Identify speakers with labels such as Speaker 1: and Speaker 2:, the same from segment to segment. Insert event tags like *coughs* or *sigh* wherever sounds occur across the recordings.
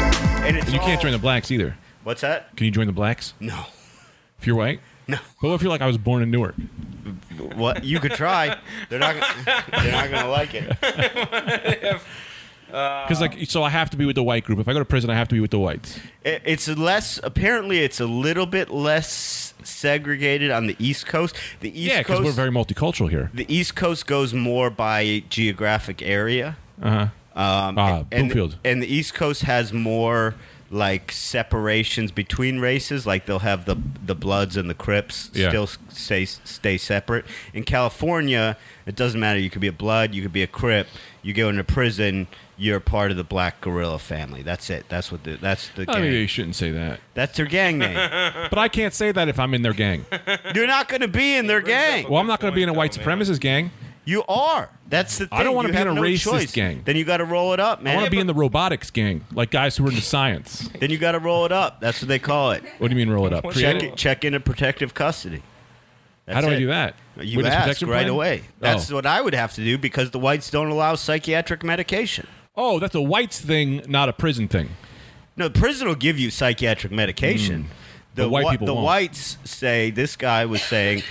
Speaker 1: blacks.
Speaker 2: You can't join the blacks either.
Speaker 1: What's that?
Speaker 2: Can you join the blacks
Speaker 1: No. *laughs*
Speaker 2: if you're white?
Speaker 1: No.
Speaker 2: But what if you're like I was born in Newark?
Speaker 1: What you could try. They're not. gonna- They're not gonna like it.
Speaker 2: Because like so I have to be with the white group. If I go to prison, I have to be with the whites.
Speaker 1: it. It's less. Apparently, it's a little bit less segregated on the East Coast. The East
Speaker 2: yeah, because
Speaker 1: Coast.
Speaker 2: we're very multicultural here.
Speaker 1: the East Coast goes more by geographic area.
Speaker 2: Uh huh.
Speaker 1: Um,
Speaker 2: Ah,
Speaker 1: and,
Speaker 2: Bloomfield.
Speaker 1: and the East Coast has more like separations between races. Like they'll have the the Bloods and the Crips
Speaker 2: Yeah.
Speaker 1: still s- stay stay separate. In California, it doesn't matter. You could be a Blood, you could be a Crip. You go into prison, you're part of the Black Gorilla family. That's it. That's what the, that's the gang.
Speaker 2: I mean, Oh, you shouldn't say that.
Speaker 1: that's their gang name.
Speaker 2: But I can't say that if I'm in
Speaker 1: *laughs*
Speaker 2: their gang.
Speaker 1: you're not going to be in their gang.
Speaker 2: Well, I'm not going to be in a white
Speaker 3: Good point,
Speaker 2: supremacist gang.
Speaker 1: You are. That's the thing.
Speaker 2: I don't wanna
Speaker 1: You
Speaker 2: be
Speaker 1: have
Speaker 2: in a
Speaker 1: no
Speaker 2: racist
Speaker 1: choice.
Speaker 2: gang.
Speaker 1: Then you got to roll it up,
Speaker 2: I
Speaker 1: man.
Speaker 2: want to be in the robotics gang, like guys who are into science.
Speaker 1: then you got to roll it up. That's what they call it.
Speaker 2: What do you mean roll it up?
Speaker 3: What's
Speaker 2: Create
Speaker 1: check
Speaker 3: Yeah.
Speaker 2: it?
Speaker 1: it, check into protective custody.
Speaker 2: How do I
Speaker 1: it.
Speaker 2: do that?
Speaker 1: You
Speaker 2: Witness
Speaker 1: ask
Speaker 2: protection
Speaker 1: right
Speaker 2: plan?
Speaker 1: away. That's
Speaker 2: oh.
Speaker 1: what I would have to do because the whites don't allow psychiatric medication.
Speaker 2: Oh, that's a whites thing, not a prison thing.
Speaker 1: No, the prison will give you psychiatric medication. The,
Speaker 2: Hmm. But white
Speaker 1: whi-
Speaker 2: people
Speaker 1: the
Speaker 2: won't.
Speaker 1: whites say this guy was saying,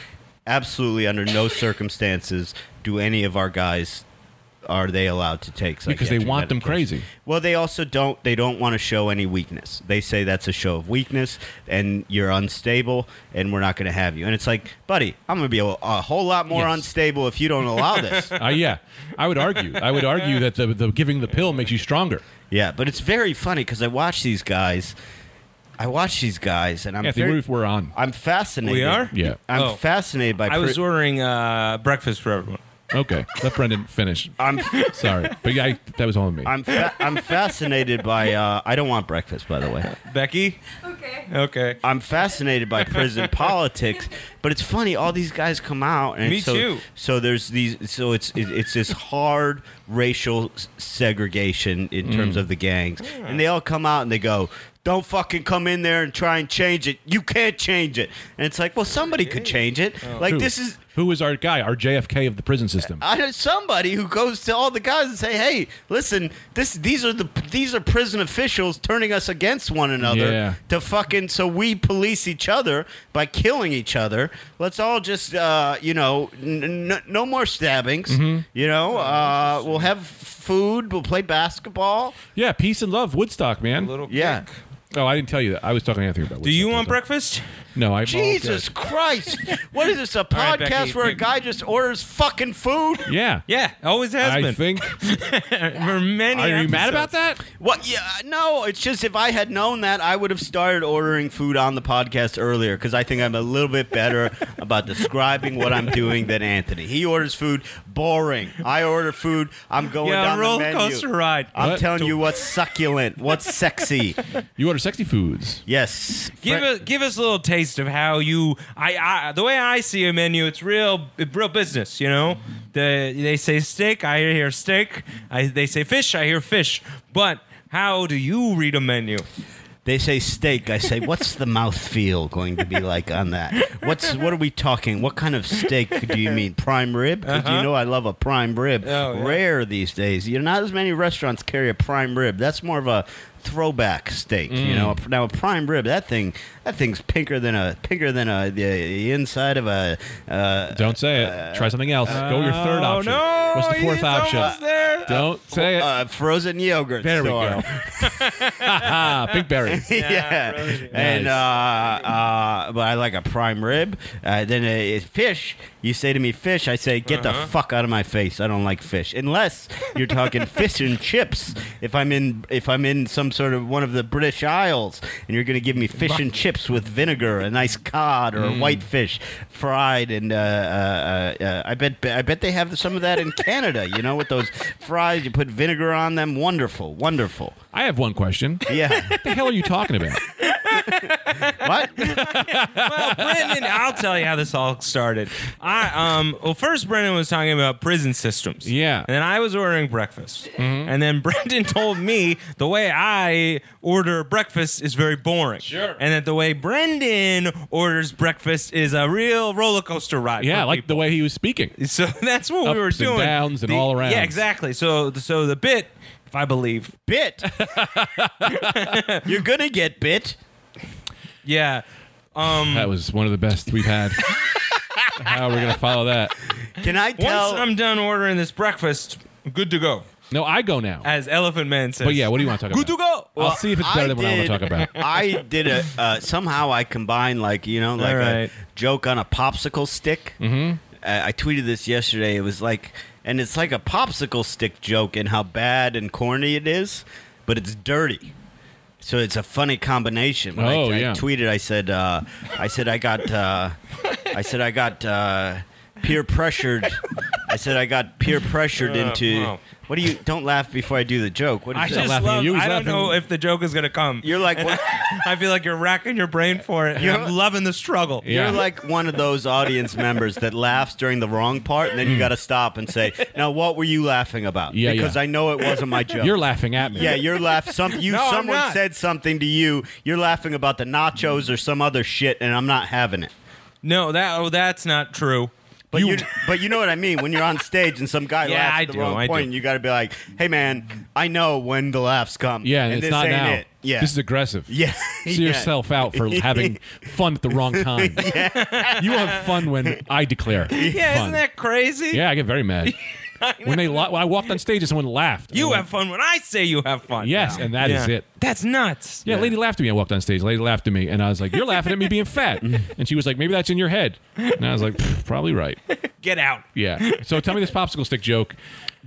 Speaker 1: absolutely under no circumstances do any of our guys are they allowed to take psychiatric
Speaker 2: Because they want them
Speaker 1: medication."
Speaker 2: crazy.
Speaker 1: Well, they also don't. They don't want to show any weakness. They say that's a show of weakness, and you're unstable, and we're not going to have you. And it's like, buddy, I'm going to be a, a whole lot more
Speaker 2: Yes.
Speaker 1: unstable if you don't allow
Speaker 3: *laughs*
Speaker 1: this.
Speaker 2: Uh, yeah, I would argue. I would argue that the, the giving the pill makes you stronger.
Speaker 1: yeah, but it's very funny because I watch these guys. I watch these guys, and I'm
Speaker 2: yeah, the
Speaker 1: very-
Speaker 2: roof we're on.
Speaker 1: I'm fascinated.
Speaker 3: We are?
Speaker 2: Yeah.
Speaker 1: I'm
Speaker 3: Oh.
Speaker 1: fascinated by.
Speaker 3: I was
Speaker 1: pri-
Speaker 3: ordering uh, breakfast for everyone.
Speaker 2: Okay, let Brendan finish.
Speaker 1: I'm.
Speaker 2: Sorry, but yeah, I, that was all me.
Speaker 1: I'm. Fa- I'm fascinated by. Uh, I don't want breakfast, by the way.
Speaker 3: Becky?
Speaker 4: Okay.
Speaker 3: Okay.
Speaker 1: I'm fascinated by
Speaker 3: *laughs*
Speaker 1: prison politics, but it's funny. All these guys come out, and
Speaker 3: Me
Speaker 1: so,
Speaker 3: too.
Speaker 1: So there's these. So it's it, it's this hard racial s- segregation in
Speaker 3: Mm.
Speaker 1: terms of the gangs, and they all come out and they go. Don't fucking come in there and try and change it. You can't change it. And it's like, well, somebody could change it.
Speaker 3: Oh.
Speaker 1: Like
Speaker 2: Who?
Speaker 1: this is uh,
Speaker 2: who is our guy, our JFK of the prison system.
Speaker 1: I know somebody who goes to all the guys and say, "Hey, listen, this these are the these are prison officials turning us against one another
Speaker 2: Yeah.
Speaker 1: to fucking so we police each other by killing each other. Let's all just uh, you know, n- n- no more stabbings.
Speaker 3: Mm-hmm.
Speaker 1: You know, uh, we'll have food. We'll play basketball.
Speaker 2: yeah, peace and love, Woodstock, man.
Speaker 3: Little
Speaker 1: Yeah.
Speaker 3: kick.
Speaker 2: oh, I didn't tell you that. I was talking to Anthony about.
Speaker 3: Do you
Speaker 2: Woodstock.
Speaker 3: want breakfast?
Speaker 2: No, I
Speaker 1: Jesus
Speaker 3: *laughs*
Speaker 1: Christ! what is this? A
Speaker 3: right,
Speaker 1: podcast
Speaker 3: Becky,
Speaker 1: where a
Speaker 3: pick-
Speaker 1: guy just orders fucking food?
Speaker 2: Yeah.
Speaker 3: Yeah, always has
Speaker 2: I
Speaker 3: been.
Speaker 2: think.
Speaker 3: *laughs* For many
Speaker 2: Are you mad
Speaker 3: episodes.
Speaker 2: about that?
Speaker 1: What? Yeah, uh, no. It's just if I had known that, I would have started ordering food on the podcast earlier because I think I'm a little bit better about describing what I'm doing than Anthony. He orders food, boring. I order food. I'm going
Speaker 3: Yeah,
Speaker 1: down
Speaker 3: roller
Speaker 1: the menu.
Speaker 3: coaster ride.
Speaker 1: I'm
Speaker 2: What?
Speaker 1: telling you what's succulent, what's sexy.
Speaker 2: You order sexy foods.
Speaker 1: Yes,
Speaker 3: Give us give us a little taste of how you I, I the way I see a menu. It's real real business, you know. The they say steak, I hear steak. I they say fish, I hear fish. But how do you read a menu?
Speaker 1: They say steak. I say, what's the mouthfeel going to be like on that? What's what are we talking? What kind of steak do you mean? Prime rib? Because you know I love a prime rib.
Speaker 3: Oh, yeah.
Speaker 1: Rare these days. You know, not as many restaurants carry a prime rib. That's more of a throwback steak. You know, now a prime rib. That thing. That thing's pinker than a pinker than a the inside of a. Uh,
Speaker 2: Don't say it. Try something else. Go your third
Speaker 3: Oh
Speaker 2: option.
Speaker 3: no!
Speaker 2: What's the fourth
Speaker 3: it's
Speaker 2: option?
Speaker 3: almost there.
Speaker 2: Don't say it.
Speaker 1: uh, frozen yogurt.
Speaker 2: there we
Speaker 1: store. *laughs*
Speaker 2: go. ah, pink berry.
Speaker 1: yeah,
Speaker 3: frozen.
Speaker 1: and uh,
Speaker 2: Nice.
Speaker 1: uh, but I like a prime rib. Uh, then uh, fish. You say to me fish, I say get the fuck out of my face. I don't like fish unless you're talking fish and chips. If I'm in if I'm in some sort of one of the British Isles and you're gonna give me fish and chips with vinegar, a nice cod or a white fish fried, and uh, uh, uh, uh, I bet I bet they have some of that in Canada. You know, with those fries, you put vinegar on them. Wonderful, wonderful.
Speaker 2: I have one question.
Speaker 1: Yeah.
Speaker 2: What the hell are you talking about?
Speaker 1: What?
Speaker 3: well, Brendan, I'll tell you how this all started. I um well first Brendan was talking about prison systems.
Speaker 2: Yeah. Mm-hmm.
Speaker 3: And then I was ordering breakfast. And then Brendan told me the way I order breakfast is very boring. Sure. And that the way Brendan orders breakfast is a real roller coaster ride.
Speaker 2: Yeah,
Speaker 3: for
Speaker 2: like the way he was speaking.
Speaker 3: so *laughs* that's what we were
Speaker 2: Ups and
Speaker 3: doing.
Speaker 2: downs and
Speaker 3: The-
Speaker 2: all arounds.
Speaker 3: Yeah, exactly. So so the bit, if I believe,
Speaker 1: bit. You're gonna get bit.
Speaker 3: yeah.
Speaker 2: That was one of the best we've had. How are we gonna follow that?
Speaker 1: Can I
Speaker 3: Once
Speaker 1: tell?
Speaker 3: I'm done ordering this breakfast, good to go.
Speaker 2: No, I go now.
Speaker 3: As Elephant Man says.
Speaker 2: But yeah, what do you want to talk
Speaker 3: Good to
Speaker 2: about?
Speaker 3: go.
Speaker 2: I'll see if it's better
Speaker 1: I
Speaker 2: than what I want
Speaker 1: did-
Speaker 2: to talk about.
Speaker 1: I did a uh, somehow I combined like you know like
Speaker 3: All
Speaker 1: a
Speaker 3: right.
Speaker 1: joke on a popsicle stick. Mm-hmm. Uh, I tweeted this yesterday. It was like, and it's like a popsicle stick joke and how bad and corny it is, but it's dirty. So it's a funny combination. When I-
Speaker 2: Oh,
Speaker 1: I,
Speaker 2: yeah.
Speaker 1: tweeted. I said, uh, I said I got, uh, I said I got uh, peer pressured. I said I got peer pressured
Speaker 3: Uh,
Speaker 1: into.
Speaker 3: wow.
Speaker 1: What do you? Don't laugh before I do the joke. What is
Speaker 3: I
Speaker 1: that?
Speaker 2: not
Speaker 3: just
Speaker 2: laughing at
Speaker 3: love.
Speaker 2: you, he's
Speaker 3: I don't
Speaker 2: laughing-
Speaker 3: know if the joke is gonna come.
Speaker 1: You're like.
Speaker 3: And
Speaker 1: what-
Speaker 3: I feel like you're racking your brain for it. and
Speaker 1: You're-
Speaker 3: I'm loving the struggle.
Speaker 2: Yeah.
Speaker 1: You're like one of those audience members that laughs during the wrong part, and then you got to stop and say, "Now, what were you laughing about?"
Speaker 2: Yeah,
Speaker 1: because
Speaker 2: yeah.
Speaker 1: I know it wasn't my joke.
Speaker 2: You're laughing at me.
Speaker 1: yeah, you're laughing. Some you
Speaker 3: No, I'm
Speaker 1: someone
Speaker 3: not.
Speaker 1: said something to you. You're laughing about the nachos or some other shit, and I'm not having it.
Speaker 3: No, that oh, that's not true.
Speaker 1: But you, but you know what I mean. When you're on stage and some guy
Speaker 3: Yeah,
Speaker 1: laughs at
Speaker 3: I
Speaker 1: the
Speaker 3: do,
Speaker 1: wrong
Speaker 3: I do.
Speaker 1: point, you got to be like, "Hey, man, I know when the laughs come.
Speaker 2: Yeah, and,
Speaker 1: and,
Speaker 2: it's
Speaker 1: this
Speaker 2: not
Speaker 1: ain't
Speaker 2: now.
Speaker 1: it. Yeah,
Speaker 2: This is aggressive.
Speaker 1: *laughs*
Speaker 2: *laughs*
Speaker 1: yeah.
Speaker 2: See
Speaker 1: Yeah.
Speaker 2: yourself out for having fun at the wrong time. You have fun when I declare.
Speaker 3: Yeah,
Speaker 2: fun.
Speaker 3: isn't that crazy?
Speaker 2: Yeah, I get very mad. when they la- when I walked on stage and someone laughed.
Speaker 3: You
Speaker 2: I
Speaker 3: have
Speaker 2: went,
Speaker 3: fun when I say you have fun.
Speaker 2: Yes, and that is
Speaker 3: Yeah.
Speaker 2: it.
Speaker 3: That's nuts.
Speaker 2: Yeah, lady laughed at me. I walked on stage. Lady laughed at me, and I was like, "You're laughing at me being fat," and she was like, "Maybe that's in your head," and I was like, "Pff, "Probably right."
Speaker 3: Get out.
Speaker 2: Yeah. So tell me this popsicle stick joke,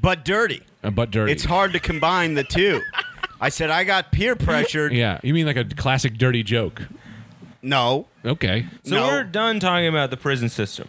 Speaker 1: but dirty.
Speaker 2: uh, but dirty.
Speaker 1: It's hard to combine the two. I said I got peer pressured.
Speaker 2: Yeah, you mean like a classic dirty joke?
Speaker 1: No.
Speaker 2: Okay.
Speaker 3: So
Speaker 1: No.
Speaker 3: we're done talking about the prison system.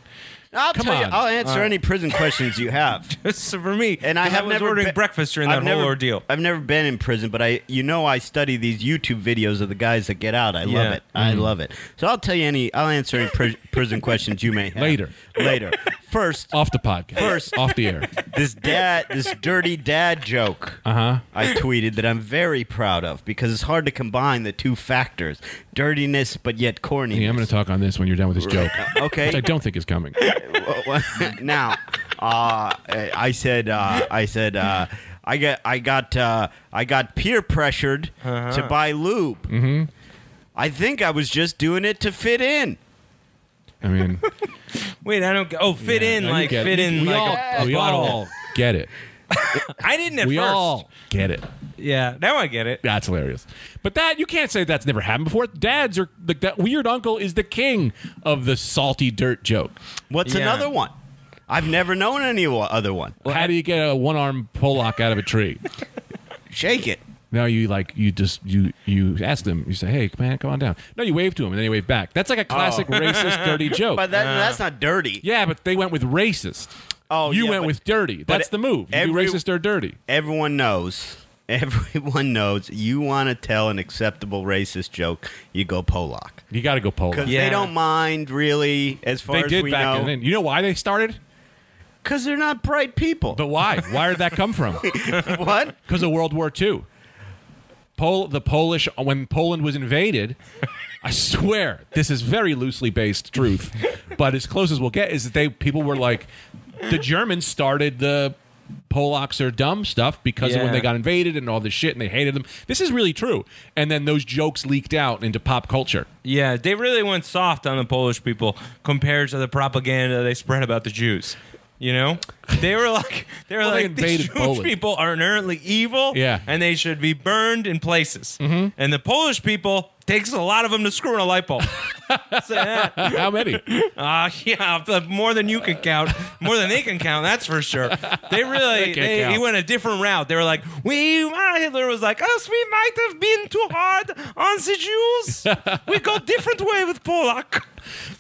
Speaker 1: I'll
Speaker 2: Come
Speaker 1: tell you,
Speaker 2: on.
Speaker 1: I'll answer any prison questions you
Speaker 3: *laughs*
Speaker 1: have.
Speaker 3: so for me,
Speaker 1: And I
Speaker 3: 'cause
Speaker 1: have
Speaker 3: was
Speaker 1: never
Speaker 3: ordering
Speaker 1: been-
Speaker 3: breakfast during that
Speaker 1: I've
Speaker 3: whole
Speaker 1: never-
Speaker 3: ordeal.
Speaker 1: I've never been in prison, but I, you know, I study these YouTube videos of the guys that get out. I love
Speaker 3: Yeah. Mm.
Speaker 1: it. I love it. So I'll tell you any. I'll answer any pri- *laughs* prison questions you may have
Speaker 2: Later.
Speaker 1: Later. First,
Speaker 3: Oh.
Speaker 2: Off the podcast.
Speaker 1: First-
Speaker 2: Off the air.
Speaker 1: this dad, this dirty dad joke.
Speaker 2: Uh
Speaker 3: Uh-huh.
Speaker 2: huh.
Speaker 1: I tweeted that I'm very proud of because it's hard to combine the two factors: dirtiness, but yet corniness.
Speaker 2: Yeah, I'm going to talk on this when you're done with this joke,
Speaker 1: okay.
Speaker 2: which I don't think is coming.
Speaker 1: Well, well, *laughs* now, uh, I said, uh, I said, uh, I got, I got, uh, I got peer pressured
Speaker 2: Uh-huh.
Speaker 1: to buy lube. Mm-hmm. I think I was just doing it to fit in.
Speaker 2: I mean,
Speaker 3: Wait, I don't. get- Oh, fit in
Speaker 2: no, you
Speaker 3: like
Speaker 2: get
Speaker 3: fit
Speaker 2: it.
Speaker 3: in
Speaker 2: We
Speaker 3: like
Speaker 2: all,
Speaker 3: a, a
Speaker 2: we
Speaker 3: bottle.
Speaker 2: all get it.
Speaker 3: I didn't at
Speaker 2: We
Speaker 3: first.
Speaker 2: all get it.
Speaker 3: Yeah, now I get it.
Speaker 2: That's hilarious. But that you can't say that's never happened before. Dads are like that weird uncle is the king of the salty dirt joke.
Speaker 1: What's
Speaker 3: Yeah.
Speaker 1: another one? I've never known any o- other one.
Speaker 2: How do you get a one arm Pollock out of a tree?
Speaker 1: Shake it.
Speaker 2: No, you like you just you you ask them. You say, "Hey, man, come on down." No, you wave to him and then you wave back. That's like a classic racist,
Speaker 1: *laughs*
Speaker 2: dirty joke.
Speaker 1: Oh. But that, that's not dirty.
Speaker 2: Uh. yeah, but they went with racist.
Speaker 1: Oh,
Speaker 2: you
Speaker 1: yeah,
Speaker 2: went
Speaker 1: but-
Speaker 2: with dirty. That's the move. You
Speaker 1: every-
Speaker 2: do racist or dirty.
Speaker 1: Everyone knows. *laughs* Everyone knows. You want to tell an acceptable racist joke, you go Pollock
Speaker 2: You got to go Pollock.
Speaker 1: because they
Speaker 3: Yeah.
Speaker 1: don't mind really. As far
Speaker 2: They
Speaker 1: as
Speaker 2: did
Speaker 1: we
Speaker 2: back
Speaker 1: know,
Speaker 2: then. You know why they started?
Speaker 1: Because they're not bright people. *laughs*
Speaker 2: But why? Where did that come from?
Speaker 1: what?
Speaker 2: Because of World War II. Pol- the Polish, when Poland was invaded, I swear this is very loosely based truth, but as close as we'll get is that they people were like, the Germans started the Polacks are dumb stuff because of when
Speaker 3: Yeah.
Speaker 2: they got invaded and all this shit and they hated them. This is really true. And then those jokes leaked out into pop culture.
Speaker 3: Yeah, they really went soft on the Polish people compared to the propaganda they spread about the Jews. You know, they were like they were
Speaker 2: Well, they
Speaker 3: like these
Speaker 2: invaded
Speaker 3: Jewish
Speaker 2: Poland.
Speaker 3: people are inherently evil,
Speaker 2: Yeah.
Speaker 3: and they should be burned in places. Mm-hmm. And the Polish people takes a lot of them to screw in a light bulb. *laughs* so, yeah,
Speaker 2: How many?
Speaker 3: uh, *laughs* yeah, more than you can count, more than they can count. That's for sure. They really
Speaker 2: can't
Speaker 3: they,
Speaker 2: count.
Speaker 3: he went a different route. They were like, we uh, Hitler was like, us we might have been too hard on the Jews. we go different way with Polak.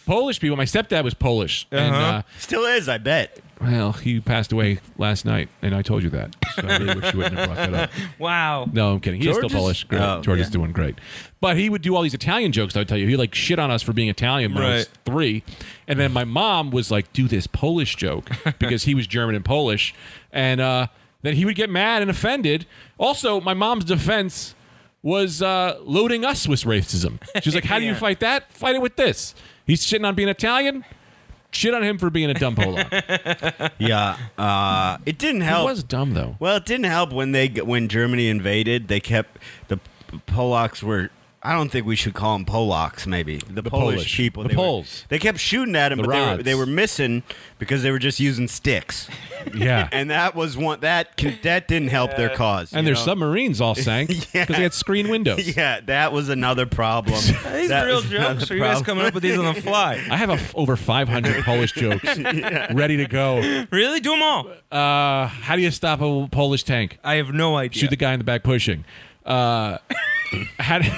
Speaker 2: Polish people. My stepdad was Polish, and
Speaker 3: Uh-huh.
Speaker 2: uh,
Speaker 1: Still is, I bet.
Speaker 2: Well, he passed away last night, and I told you that. So I really wish you wouldn't have brought that up.
Speaker 3: Wow.
Speaker 2: No, I'm kidding. He's
Speaker 1: George
Speaker 2: still
Speaker 1: is-
Speaker 2: Polish. Great.
Speaker 1: Oh,
Speaker 2: George is
Speaker 1: yeah.
Speaker 2: doing great. But he would do all these Italian jokes, I tell you. He like shit on us for being Italian when I was
Speaker 3: Right.
Speaker 2: three. And then my mom was like, do this Polish
Speaker 1: *laughs*
Speaker 2: joke because he was German and Polish. And uh, then he would get mad and offended. Also, my mom's defense was uh, loading us with racism. She's like, how
Speaker 1: *laughs*
Speaker 2: do you
Speaker 3: Yeah.
Speaker 2: fight that? Fight it with this. He's shitting on being Italian. Shit on him for being a dumb Polak.
Speaker 1: yeah. Uh, it didn't
Speaker 2: he
Speaker 1: help.
Speaker 2: was
Speaker 1: *laughs*
Speaker 2: dumb, though.
Speaker 1: Well, it didn't help when they when Germany invaded. They kept the P- Polacks were. I don't think we should call them Polacks. Maybe the, Polish,
Speaker 2: Polish.
Speaker 1: people.
Speaker 2: The
Speaker 1: they were-
Speaker 2: Poles.
Speaker 1: they kept shooting at them,
Speaker 2: The
Speaker 1: but they were,
Speaker 2: rods.
Speaker 1: they were missing because they were just using sticks,
Speaker 2: Yeah.
Speaker 1: and that was one that can- that didn't help their cause.
Speaker 2: and
Speaker 1: you
Speaker 2: their
Speaker 1: know?
Speaker 2: submarines all sank
Speaker 1: *laughs*
Speaker 2: because
Speaker 1: Yeah.
Speaker 2: they had screen
Speaker 1: *laughs*
Speaker 2: windows.
Speaker 1: Yeah, that was another problem.
Speaker 3: These
Speaker 1: That
Speaker 3: real
Speaker 1: was another
Speaker 3: jokes. Are you guys
Speaker 1: problem.
Speaker 3: coming up with these on the fly?
Speaker 2: I have a f- over
Speaker 3: *laughs*
Speaker 2: 500 Polish jokes ready to *laughs* go.
Speaker 3: Really? Do them all.
Speaker 2: Uh, how do you stop a Polish tank?
Speaker 3: I have no idea.
Speaker 2: Shoot the guy in the back pushing. Uh, how do-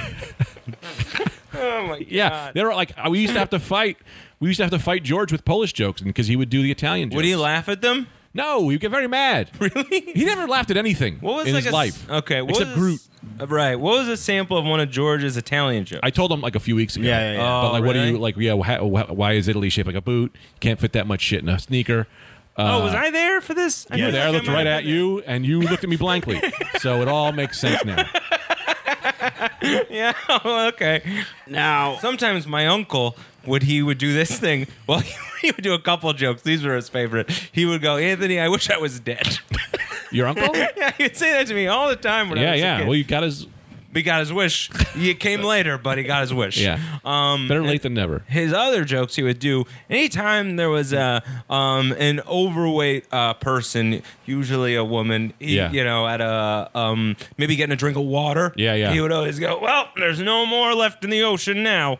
Speaker 3: *laughs* oh my
Speaker 2: yeah,
Speaker 3: God.
Speaker 2: they were like uh, we used to have to fight. We used to have to fight George with Polish jokes because he would do the Italian jokes.
Speaker 3: Would he laugh at them?
Speaker 2: No, he would get very mad. Really? He never laughed at anything
Speaker 3: What was
Speaker 2: in
Speaker 3: like
Speaker 2: his
Speaker 3: a,
Speaker 2: life.
Speaker 3: Okay. What
Speaker 2: Except
Speaker 3: was,
Speaker 2: Groot.
Speaker 3: uh, Right. What was a sample of one of George's Italian jokes?
Speaker 2: I told him like a few weeks ago.
Speaker 1: Yeah, yeah, yeah.
Speaker 2: But
Speaker 3: Oh,
Speaker 2: like, what do
Speaker 3: really?
Speaker 2: you like? Yeah, wha- wha- why is Italy shaped like a boot? Can't fit that much shit in a sneaker. Uh,
Speaker 3: oh, was I there for this? I
Speaker 1: you were
Speaker 2: You were
Speaker 3: feel
Speaker 2: there, I
Speaker 3: like
Speaker 2: looked
Speaker 3: might
Speaker 2: right
Speaker 3: have
Speaker 2: at
Speaker 3: been
Speaker 2: you, and you looked at me blankly. so it all makes sense now.
Speaker 3: there. *laughs* Yeah. *laughs* okay.
Speaker 1: Now,
Speaker 3: Sometimes my uncle would he would do this thing. *laughs* Well, he would do a couple jokes. These were his favorite. He would go, Anthony, I wish I was dead. *laughs*
Speaker 2: Your uncle?
Speaker 3: yeah, he'd say that to me all the time. When I
Speaker 2: yeah,
Speaker 3: was A
Speaker 2: yeah.
Speaker 3: kid.
Speaker 2: Well, you got his
Speaker 3: He got his wish. He
Speaker 2: *laughs*
Speaker 3: came later, but he got his wish.
Speaker 2: yeah.
Speaker 3: Um,
Speaker 2: Better late than
Speaker 3: *laughs*
Speaker 2: never.
Speaker 3: his other jokes he would do anytime there was a um, an overweight uh, person, usually a woman, he,
Speaker 2: Yeah.
Speaker 3: you know, at a um, maybe getting a drink of water.
Speaker 2: Yeah, yeah.
Speaker 3: He would always go, "Well, there's no more left in the
Speaker 2: *laughs*
Speaker 3: ocean now."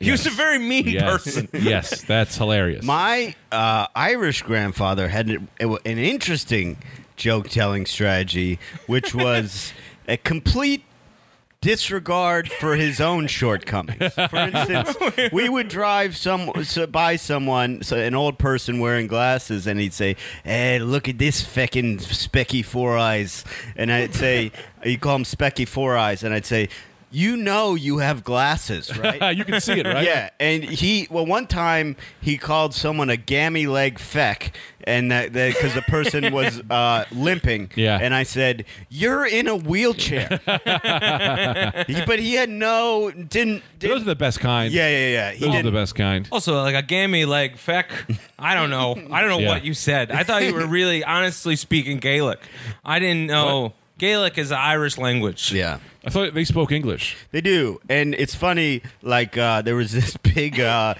Speaker 3: He was a very mean
Speaker 2: Yes.
Speaker 3: person.
Speaker 2: yes, that's hilarious.
Speaker 1: My uh, Irish grandfather had an, an interesting joke telling strategy, which was a complete disregard for his own shortcomings. For instance, we would drive some so by someone, so an old person wearing glasses, and he'd say, "Hey, look at this feckin' specky four eyes," and I'd say, *laughs* "You call him specky four eyes," and I'd say. You know you have glasses,
Speaker 2: *laughs*
Speaker 1: right?
Speaker 2: Ah, you can see it, right?
Speaker 1: Yeah, and he well one time he called someone a gammy leg feck, and that because the
Speaker 2: *laughs*
Speaker 1: person was uh, limping.
Speaker 2: Yeah.
Speaker 1: and I said you're in a
Speaker 2: *laughs*
Speaker 1: wheelchair, He- but he had no didn't.
Speaker 2: Those
Speaker 1: didn't
Speaker 2: are the best kind.
Speaker 1: yeah, yeah, yeah. He
Speaker 2: Those are
Speaker 1: didn't-
Speaker 2: the best kind.
Speaker 3: Also, like a gammy leg feck. I don't know. I don't know
Speaker 2: Yeah.
Speaker 3: what you said. I thought you were really honestly speaking Gaelic. I didn't know. Gaelic is the Irish language.
Speaker 1: Yeah.
Speaker 2: I thought they spoke English.
Speaker 1: They do, and it's funny. Like uh, there was this *laughs* big, uh,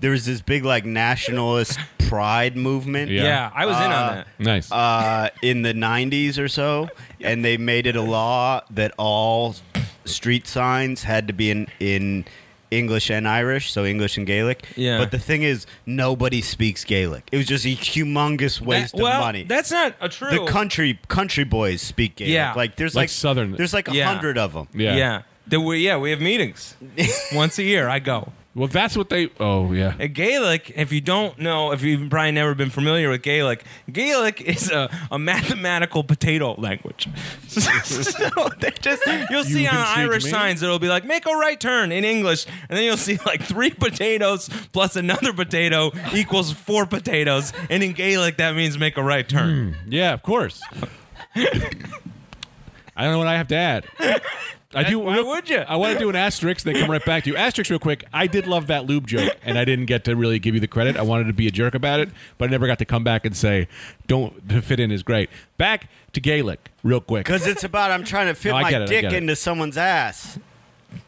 Speaker 1: there was this big like nationalist pride movement.
Speaker 3: Yeah,
Speaker 2: Yeah.
Speaker 3: I was in on
Speaker 1: Uh,
Speaker 3: that.
Speaker 2: Nice.
Speaker 1: uh, in the 90s or so, and they made it a law that all street signs had to be in, in English and Irish, so English and Gaelic.
Speaker 3: Yeah.
Speaker 1: But the thing is, nobody speaks Gaelic. It was just a humongous waste
Speaker 3: That- well,
Speaker 1: of money.
Speaker 3: That's not a true.
Speaker 1: the country country boys speak Gaelic.
Speaker 3: Yeah.
Speaker 1: Like there's
Speaker 2: Like
Speaker 1: like,
Speaker 2: Southern-
Speaker 1: There's like a
Speaker 3: Yeah.
Speaker 1: hundred of them.
Speaker 2: yeah.
Speaker 3: yeah. That we, yeah, we
Speaker 1: *laughs*
Speaker 3: have meetings once a year. I go.
Speaker 2: Well, that's what they. Oh, yeah.
Speaker 3: Uh, Gaelic, if you don't know, if you've probably never been familiar with Gaelic, Gaelic is a, a mathematical potato language. *laughs* so they just you'll see
Speaker 2: You've
Speaker 3: on
Speaker 2: intrigued
Speaker 3: Irish
Speaker 2: me.
Speaker 3: signs it'll be like make a right turn in English, and then you'll see like three potatoes plus another potato equals four potatoes, and in Gaelic that means make a right turn.
Speaker 2: Yeah, of
Speaker 3: *laughs*
Speaker 2: course. I don't know what I have to add. I do.
Speaker 3: Why would you?
Speaker 2: Hmm. I want to do an asterisk, then come right back to you. Asterisk, real quick. I did love that lube joke, and I didn't get to really give you the credit. I wanted to be a jerk about it, but I never got to come back and say, "Don't to fit in is great." Back to Gaelic, real quick.
Speaker 1: Because it's about I'm
Speaker 2: *laughs*
Speaker 1: trying to fit
Speaker 2: No, I
Speaker 1: my
Speaker 2: get it, I
Speaker 1: dick
Speaker 2: get it.
Speaker 1: into someone's ass.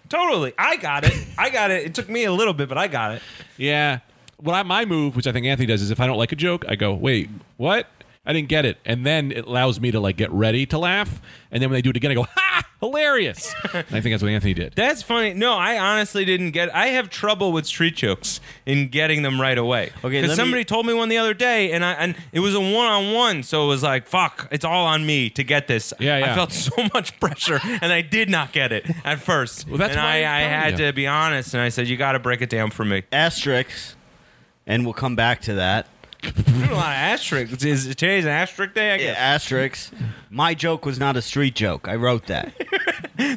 Speaker 3: Totally, I got it. I got it. It took me a little bit, but I got it.
Speaker 2: Yeah. What I, my move, which I think Anthony does, is if I don't like a joke, I go, "Wait, what? I didn't get it," and then it allows me to like get ready to laugh, and then when they do it again, I go, "Ha! Hilarious!" And I think that's what Anthony did.
Speaker 3: That's funny. No, I honestly didn't get. I have trouble with street jokes in getting them right away.
Speaker 1: Okay, let me-
Speaker 3: because somebody told me one the other day, and I and it was a one on one, so it was like, fuck, it's all on me to get this.
Speaker 2: Yeah, yeah.
Speaker 3: I felt *laughs* so much pressure, and I did not get it at first. Well,
Speaker 2: that's
Speaker 3: and
Speaker 2: why I'm
Speaker 3: I, I
Speaker 2: telling
Speaker 3: had
Speaker 2: you. *laughs*
Speaker 3: to be honest, and I said, you got to break it down for me.
Speaker 1: Asterisks, and we'll come back to that.
Speaker 3: Doing a lot of asterisks. Is today's an asterisk day? I
Speaker 1: Yeah,
Speaker 3: guess.
Speaker 1: asterisks. My joke was not a street joke. I wrote that.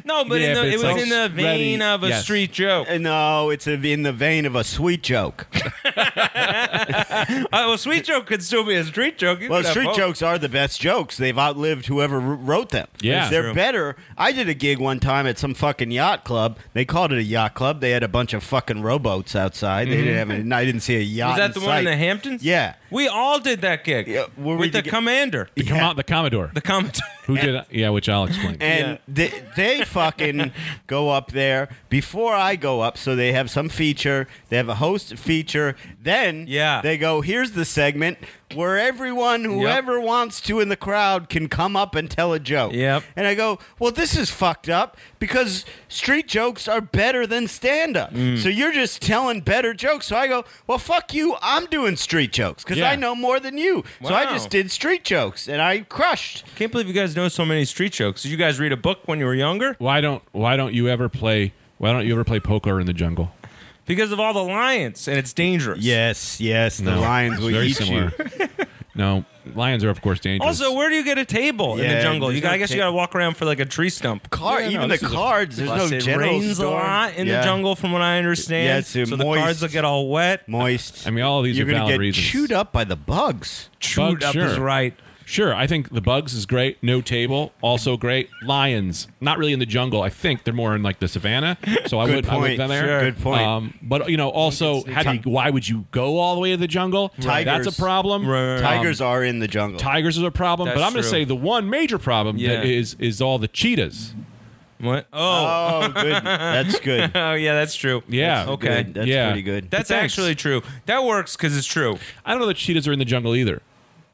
Speaker 3: No, but,
Speaker 2: Yeah,
Speaker 3: in the,
Speaker 2: but
Speaker 3: it was
Speaker 2: it's like
Speaker 3: in the vein
Speaker 2: ready-
Speaker 3: of a
Speaker 2: yes.
Speaker 3: street joke.
Speaker 1: Uh, no, it's a, in the vein of a sweet
Speaker 3: *laughs*
Speaker 1: joke.
Speaker 3: Uh, well, sweet joke could still be a street joke. You
Speaker 1: Well,
Speaker 3: could have
Speaker 1: street
Speaker 3: both.
Speaker 1: jokes are the best jokes. They've outlived whoever wr- wrote them.
Speaker 2: Yeah.
Speaker 1: they're
Speaker 3: True.
Speaker 1: better. I did a gig one time at some fucking yacht club. They called it a yacht club. They had a bunch of fucking rowboats outside. They didn't have. Any, I didn't see a yacht.
Speaker 3: Mm-hmm. Was that the one in the
Speaker 1: sight.
Speaker 3: Hamptons?
Speaker 1: Yeah.
Speaker 3: we all did that gig.
Speaker 1: Yeah, were we
Speaker 3: with the
Speaker 1: toge-
Speaker 3: commander.
Speaker 2: The, com- the Commodore.
Speaker 3: The *laughs* command.
Speaker 2: Who did? Yeah, which I'll explain.
Speaker 1: and they, they
Speaker 3: *laughs*
Speaker 1: fucking go up there before I go up. So they have some feature. They have a host feature. Then
Speaker 3: Yeah.
Speaker 1: they go. Here's the segment where everyone, whoever wants to in the crowd, can come up and tell a joke.
Speaker 3: Yep.
Speaker 1: And I go, well, this is fucked up because street jokes are better than stand up.
Speaker 3: Mm.
Speaker 1: So you're just telling better jokes. So I go, well, fuck you. I'm doing street jokes because
Speaker 2: Yeah.
Speaker 1: I know more than you. So I
Speaker 3: Wow.
Speaker 1: just did street jokes and I crushed.
Speaker 3: Can't believe you guys know so many street jokes. Did you guys read a book when you were younger?
Speaker 2: Why don't Why don't you ever play? Why don't you ever play poker in the jungle?
Speaker 3: Because of all the lions, and it's dangerous.
Speaker 1: Yes, yes. The
Speaker 2: No,
Speaker 1: lions
Speaker 2: it's
Speaker 1: will
Speaker 2: very
Speaker 1: eat you.
Speaker 2: similar. no, lions are of course dangerous.
Speaker 3: Also, where do you get a table in
Speaker 1: Yeah,
Speaker 3: the jungle? You
Speaker 1: there's
Speaker 3: got,
Speaker 1: no
Speaker 3: I guess you
Speaker 1: ta-
Speaker 3: got to walk around for like a tree stump.
Speaker 1: Car,
Speaker 2: Yeah, no,
Speaker 1: even
Speaker 2: this
Speaker 1: the
Speaker 2: is a-
Speaker 1: cards. there's
Speaker 3: Plus,
Speaker 1: no
Speaker 3: it
Speaker 1: general
Speaker 3: rains
Speaker 1: store.
Speaker 3: a lot in
Speaker 1: Yeah.
Speaker 3: the jungle, from what I understand.
Speaker 1: Yeah, it's, uh,
Speaker 3: so the
Speaker 1: moist.
Speaker 3: cards will get all wet.
Speaker 1: Moist.
Speaker 2: I mean, all of these
Speaker 1: You're
Speaker 2: are
Speaker 1: gonna
Speaker 2: valid
Speaker 1: get
Speaker 2: reasons.
Speaker 1: chewed up by the bugs.
Speaker 3: Chewed
Speaker 2: Bugs,
Speaker 3: up is
Speaker 2: sure.
Speaker 3: right.
Speaker 2: Sure, I think the bugs is great. No table, also great. Lions, not really in the jungle. I think they're more in like the savannah. So I
Speaker 1: Good
Speaker 2: would I
Speaker 1: point,
Speaker 2: would them there.
Speaker 1: sure. Good point.
Speaker 2: Um, but you know, also, how do you, why would you go all the way to the jungle?
Speaker 1: Tigers.
Speaker 2: That's a problem.
Speaker 3: Right, right, right.
Speaker 1: Tigers are in the jungle.
Speaker 2: Tigers is a problem.
Speaker 3: That's
Speaker 2: but I'm going to
Speaker 3: true.
Speaker 2: say the one major problem
Speaker 3: Yeah.
Speaker 2: that is is all the cheetahs.
Speaker 3: What? oh.
Speaker 1: Oh, good. That's good.
Speaker 3: *laughs* Oh yeah, that's true.
Speaker 2: Yeah.
Speaker 3: That's okay.
Speaker 1: Good. That's
Speaker 2: Yeah.
Speaker 1: pretty good.
Speaker 3: That's
Speaker 2: Thanks.
Speaker 3: actually true. That works because it's true.
Speaker 2: I don't know that cheetahs are in the jungle either.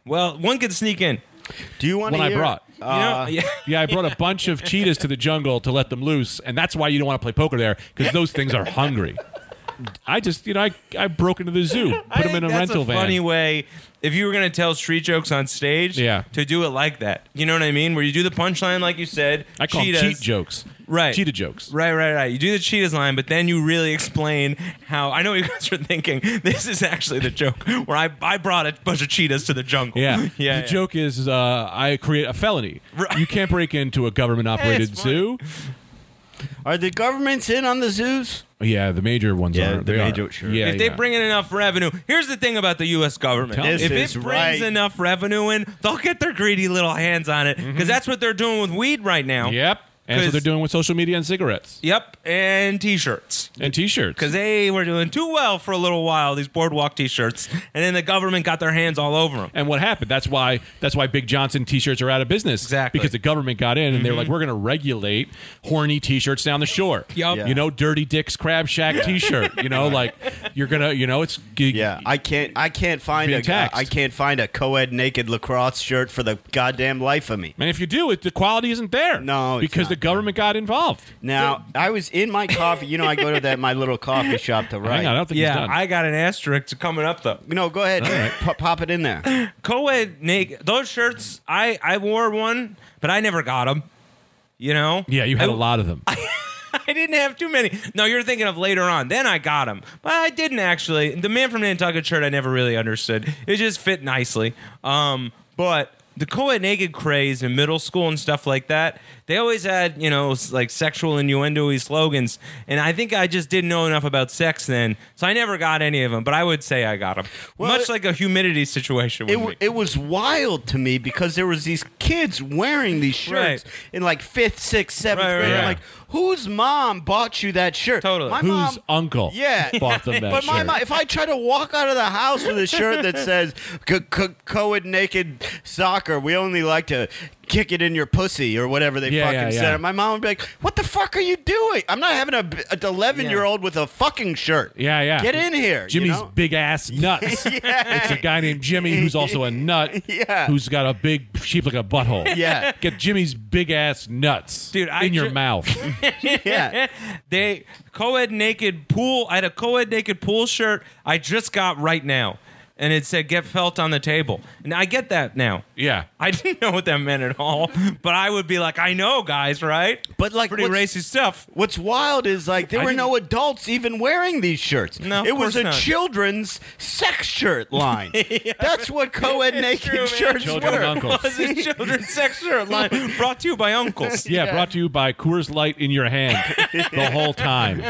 Speaker 3: Well, one could sneak in.
Speaker 1: Do you want
Speaker 2: What I
Speaker 1: hear,
Speaker 2: brought.
Speaker 3: You
Speaker 1: uh,
Speaker 3: know, *laughs* yeah.
Speaker 2: Yeah, I brought a bunch of cheetahs to the jungle to let them loose, and that's why you don't want to play poker there because those things are hungry. I just, you know, I, I broke into the zoo, put
Speaker 3: I
Speaker 2: them in
Speaker 3: think
Speaker 2: a
Speaker 3: that's
Speaker 2: rental
Speaker 3: a
Speaker 2: van.
Speaker 3: Funny way, if you were gonna tell street jokes on stage,
Speaker 2: Yeah.
Speaker 3: to do it like that. You know what I mean? Where you do the punchline, like you said.
Speaker 2: I call
Speaker 3: cheetahs.
Speaker 2: them cheat jokes.
Speaker 3: Right.
Speaker 2: Cheetah jokes.
Speaker 3: Right, right, right. You do the cheetahs line, but then you really explain how. I know what you guys are thinking. *laughs* This is actually the joke where I, I brought a bunch of cheetahs to the jungle.
Speaker 2: Yeah.
Speaker 3: *laughs* yeah. yeah.
Speaker 2: The joke is uh, I create a felony.
Speaker 3: Right.
Speaker 2: You can't break into a government operated
Speaker 3: it's funny.
Speaker 2: zoo.
Speaker 1: Are the governments in on the zoos?
Speaker 2: Yeah, the major ones
Speaker 1: Yeah,
Speaker 2: are.
Speaker 1: the
Speaker 2: they are.
Speaker 1: major- sure.
Speaker 2: Yeah,
Speaker 3: if they
Speaker 2: yeah.
Speaker 3: bring in enough revenue, here's the thing about the U.S. government.
Speaker 2: Tell me.
Speaker 3: if
Speaker 1: This
Speaker 3: it
Speaker 1: is
Speaker 3: brings
Speaker 1: right.
Speaker 3: enough revenue in, they'll get their greedy little hands on it
Speaker 2: Mm-hmm.
Speaker 3: because that's what they're doing with weed right now.
Speaker 2: Yep. And so
Speaker 3: 'Cause-
Speaker 2: they're doing with social media and cigarettes
Speaker 3: Yep, and t-shirts
Speaker 2: and t shirts.
Speaker 3: because they were doing too well for a little while. These boardwalk t-shirts, and then the government got their hands all over them.
Speaker 2: And what happened? That's why that's why Big Johnson T-shirts are out of business.
Speaker 3: Exactly.
Speaker 2: because the government got in and they were
Speaker 1: Mm-hmm.
Speaker 2: like, we're going to regulate horny T-shirts down the shore.
Speaker 3: Yup. Yeah.
Speaker 2: You know, Dirty Dick's Crab Shack T-shirt. You know,
Speaker 1: *laughs*
Speaker 2: like you're gonna, you know, it's g-
Speaker 1: Yeah, I can't. I can't find
Speaker 2: Being
Speaker 1: a. uh,
Speaker 2: taxed.
Speaker 1: I can't find a co-ed naked lacrosse shirt for the goddamn life of me.
Speaker 2: And if you do it, the quality isn't there.
Speaker 1: No, it's
Speaker 2: because
Speaker 1: not
Speaker 2: the government got involved.
Speaker 1: Now I was in my coffee. You know, I go to that my little coffee shop to write.
Speaker 2: *laughs* Hang on, I don't think he's
Speaker 3: Yeah,
Speaker 2: done.
Speaker 3: I got an asterisk coming up though.
Speaker 1: no, go ahead. Pop, pop it in there.
Speaker 3: Co-ed naked. Those shirts, I I wore one, but I never got them. You know?
Speaker 2: yeah, you had
Speaker 3: I-
Speaker 2: a lot of them.
Speaker 1: um,
Speaker 3: *laughs* I didn't have too many. No, you're thinking of later on. Then I got him. But I didn't actually. The man from Nantucket shirt I never really understood. It just fit nicely. Um, but the co-ed naked craze in middle school and stuff like that, they always had, you know, s- like sexual innuendo-y slogans. And I think I just didn't know enough about sex then. So I never got any of them. But I would say I got them.
Speaker 1: Well,
Speaker 3: Much
Speaker 1: it-
Speaker 3: like a humidity situation with
Speaker 1: it,
Speaker 3: me.
Speaker 1: w- it was wild to me because there was these kids wearing these shirts
Speaker 3: *laughs* Right.
Speaker 1: in like fifth, sixth, seventh
Speaker 3: Right, right,
Speaker 1: grade. I'm
Speaker 2: right.
Speaker 1: like, whose mom bought you that shirt?
Speaker 3: Totally.
Speaker 1: My
Speaker 2: Whose
Speaker 1: mom.
Speaker 2: uncle
Speaker 1: Yeah. *laughs*
Speaker 2: bought them that
Speaker 1: But my
Speaker 2: shirt?
Speaker 1: mom, if I try to walk out of the house with a shirt
Speaker 3: *laughs*
Speaker 1: that says "Co- co- "Coed Naked Soccer," we only like to kick it in your pussy or whatever they
Speaker 2: Yeah,
Speaker 1: fucking
Speaker 2: yeah,
Speaker 1: said.
Speaker 2: yeah.
Speaker 1: My mom would be like, "What the fuck are you doing? I'm not having a an 11 year old with a fucking shirt.
Speaker 2: Yeah, yeah.
Speaker 1: Get in here, you
Speaker 2: Jimmy's
Speaker 1: know? *laughs*
Speaker 2: big ass nuts. It's a guy named Jimmy who's also a nut.
Speaker 1: *laughs* Yeah.
Speaker 2: Who's got a big sheep like a butthole.
Speaker 1: Yeah.
Speaker 2: Get Jimmy's big ass nuts,
Speaker 3: Dude,
Speaker 2: in
Speaker 3: I
Speaker 2: your
Speaker 3: ju-
Speaker 2: mouth.
Speaker 3: *laughs*
Speaker 1: yeah.
Speaker 3: they co-ed naked pool. I had a co-ed naked pool shirt I just got right now. and it said "Get felt on the table," and I get that now.
Speaker 2: Yeah.
Speaker 3: I *laughs* didn't know what that meant at all, but I would be like, "I know, guys, right?"
Speaker 1: But, like,
Speaker 3: pretty
Speaker 1: what's-
Speaker 3: racist stuff. *laughs*
Speaker 1: What's wild is like there
Speaker 2: I
Speaker 1: were
Speaker 2: didn't-
Speaker 1: no adults even wearing these shirts.
Speaker 3: No, of
Speaker 1: it was
Speaker 3: course
Speaker 1: a
Speaker 3: not.
Speaker 1: children's sex shirt
Speaker 3: *laughs*
Speaker 1: line. That's what co-ed naked
Speaker 3: true, man.
Speaker 1: shirts
Speaker 2: Children
Speaker 1: were.
Speaker 2: and
Speaker 3: *laughs*
Speaker 2: uncles.
Speaker 3: Was it children's sex shirt *laughs* line brought to you by *laughs* uncles?
Speaker 2: Yeah, brought to you by Coors Light in your hand the whole
Speaker 3: *laughs*
Speaker 2: time,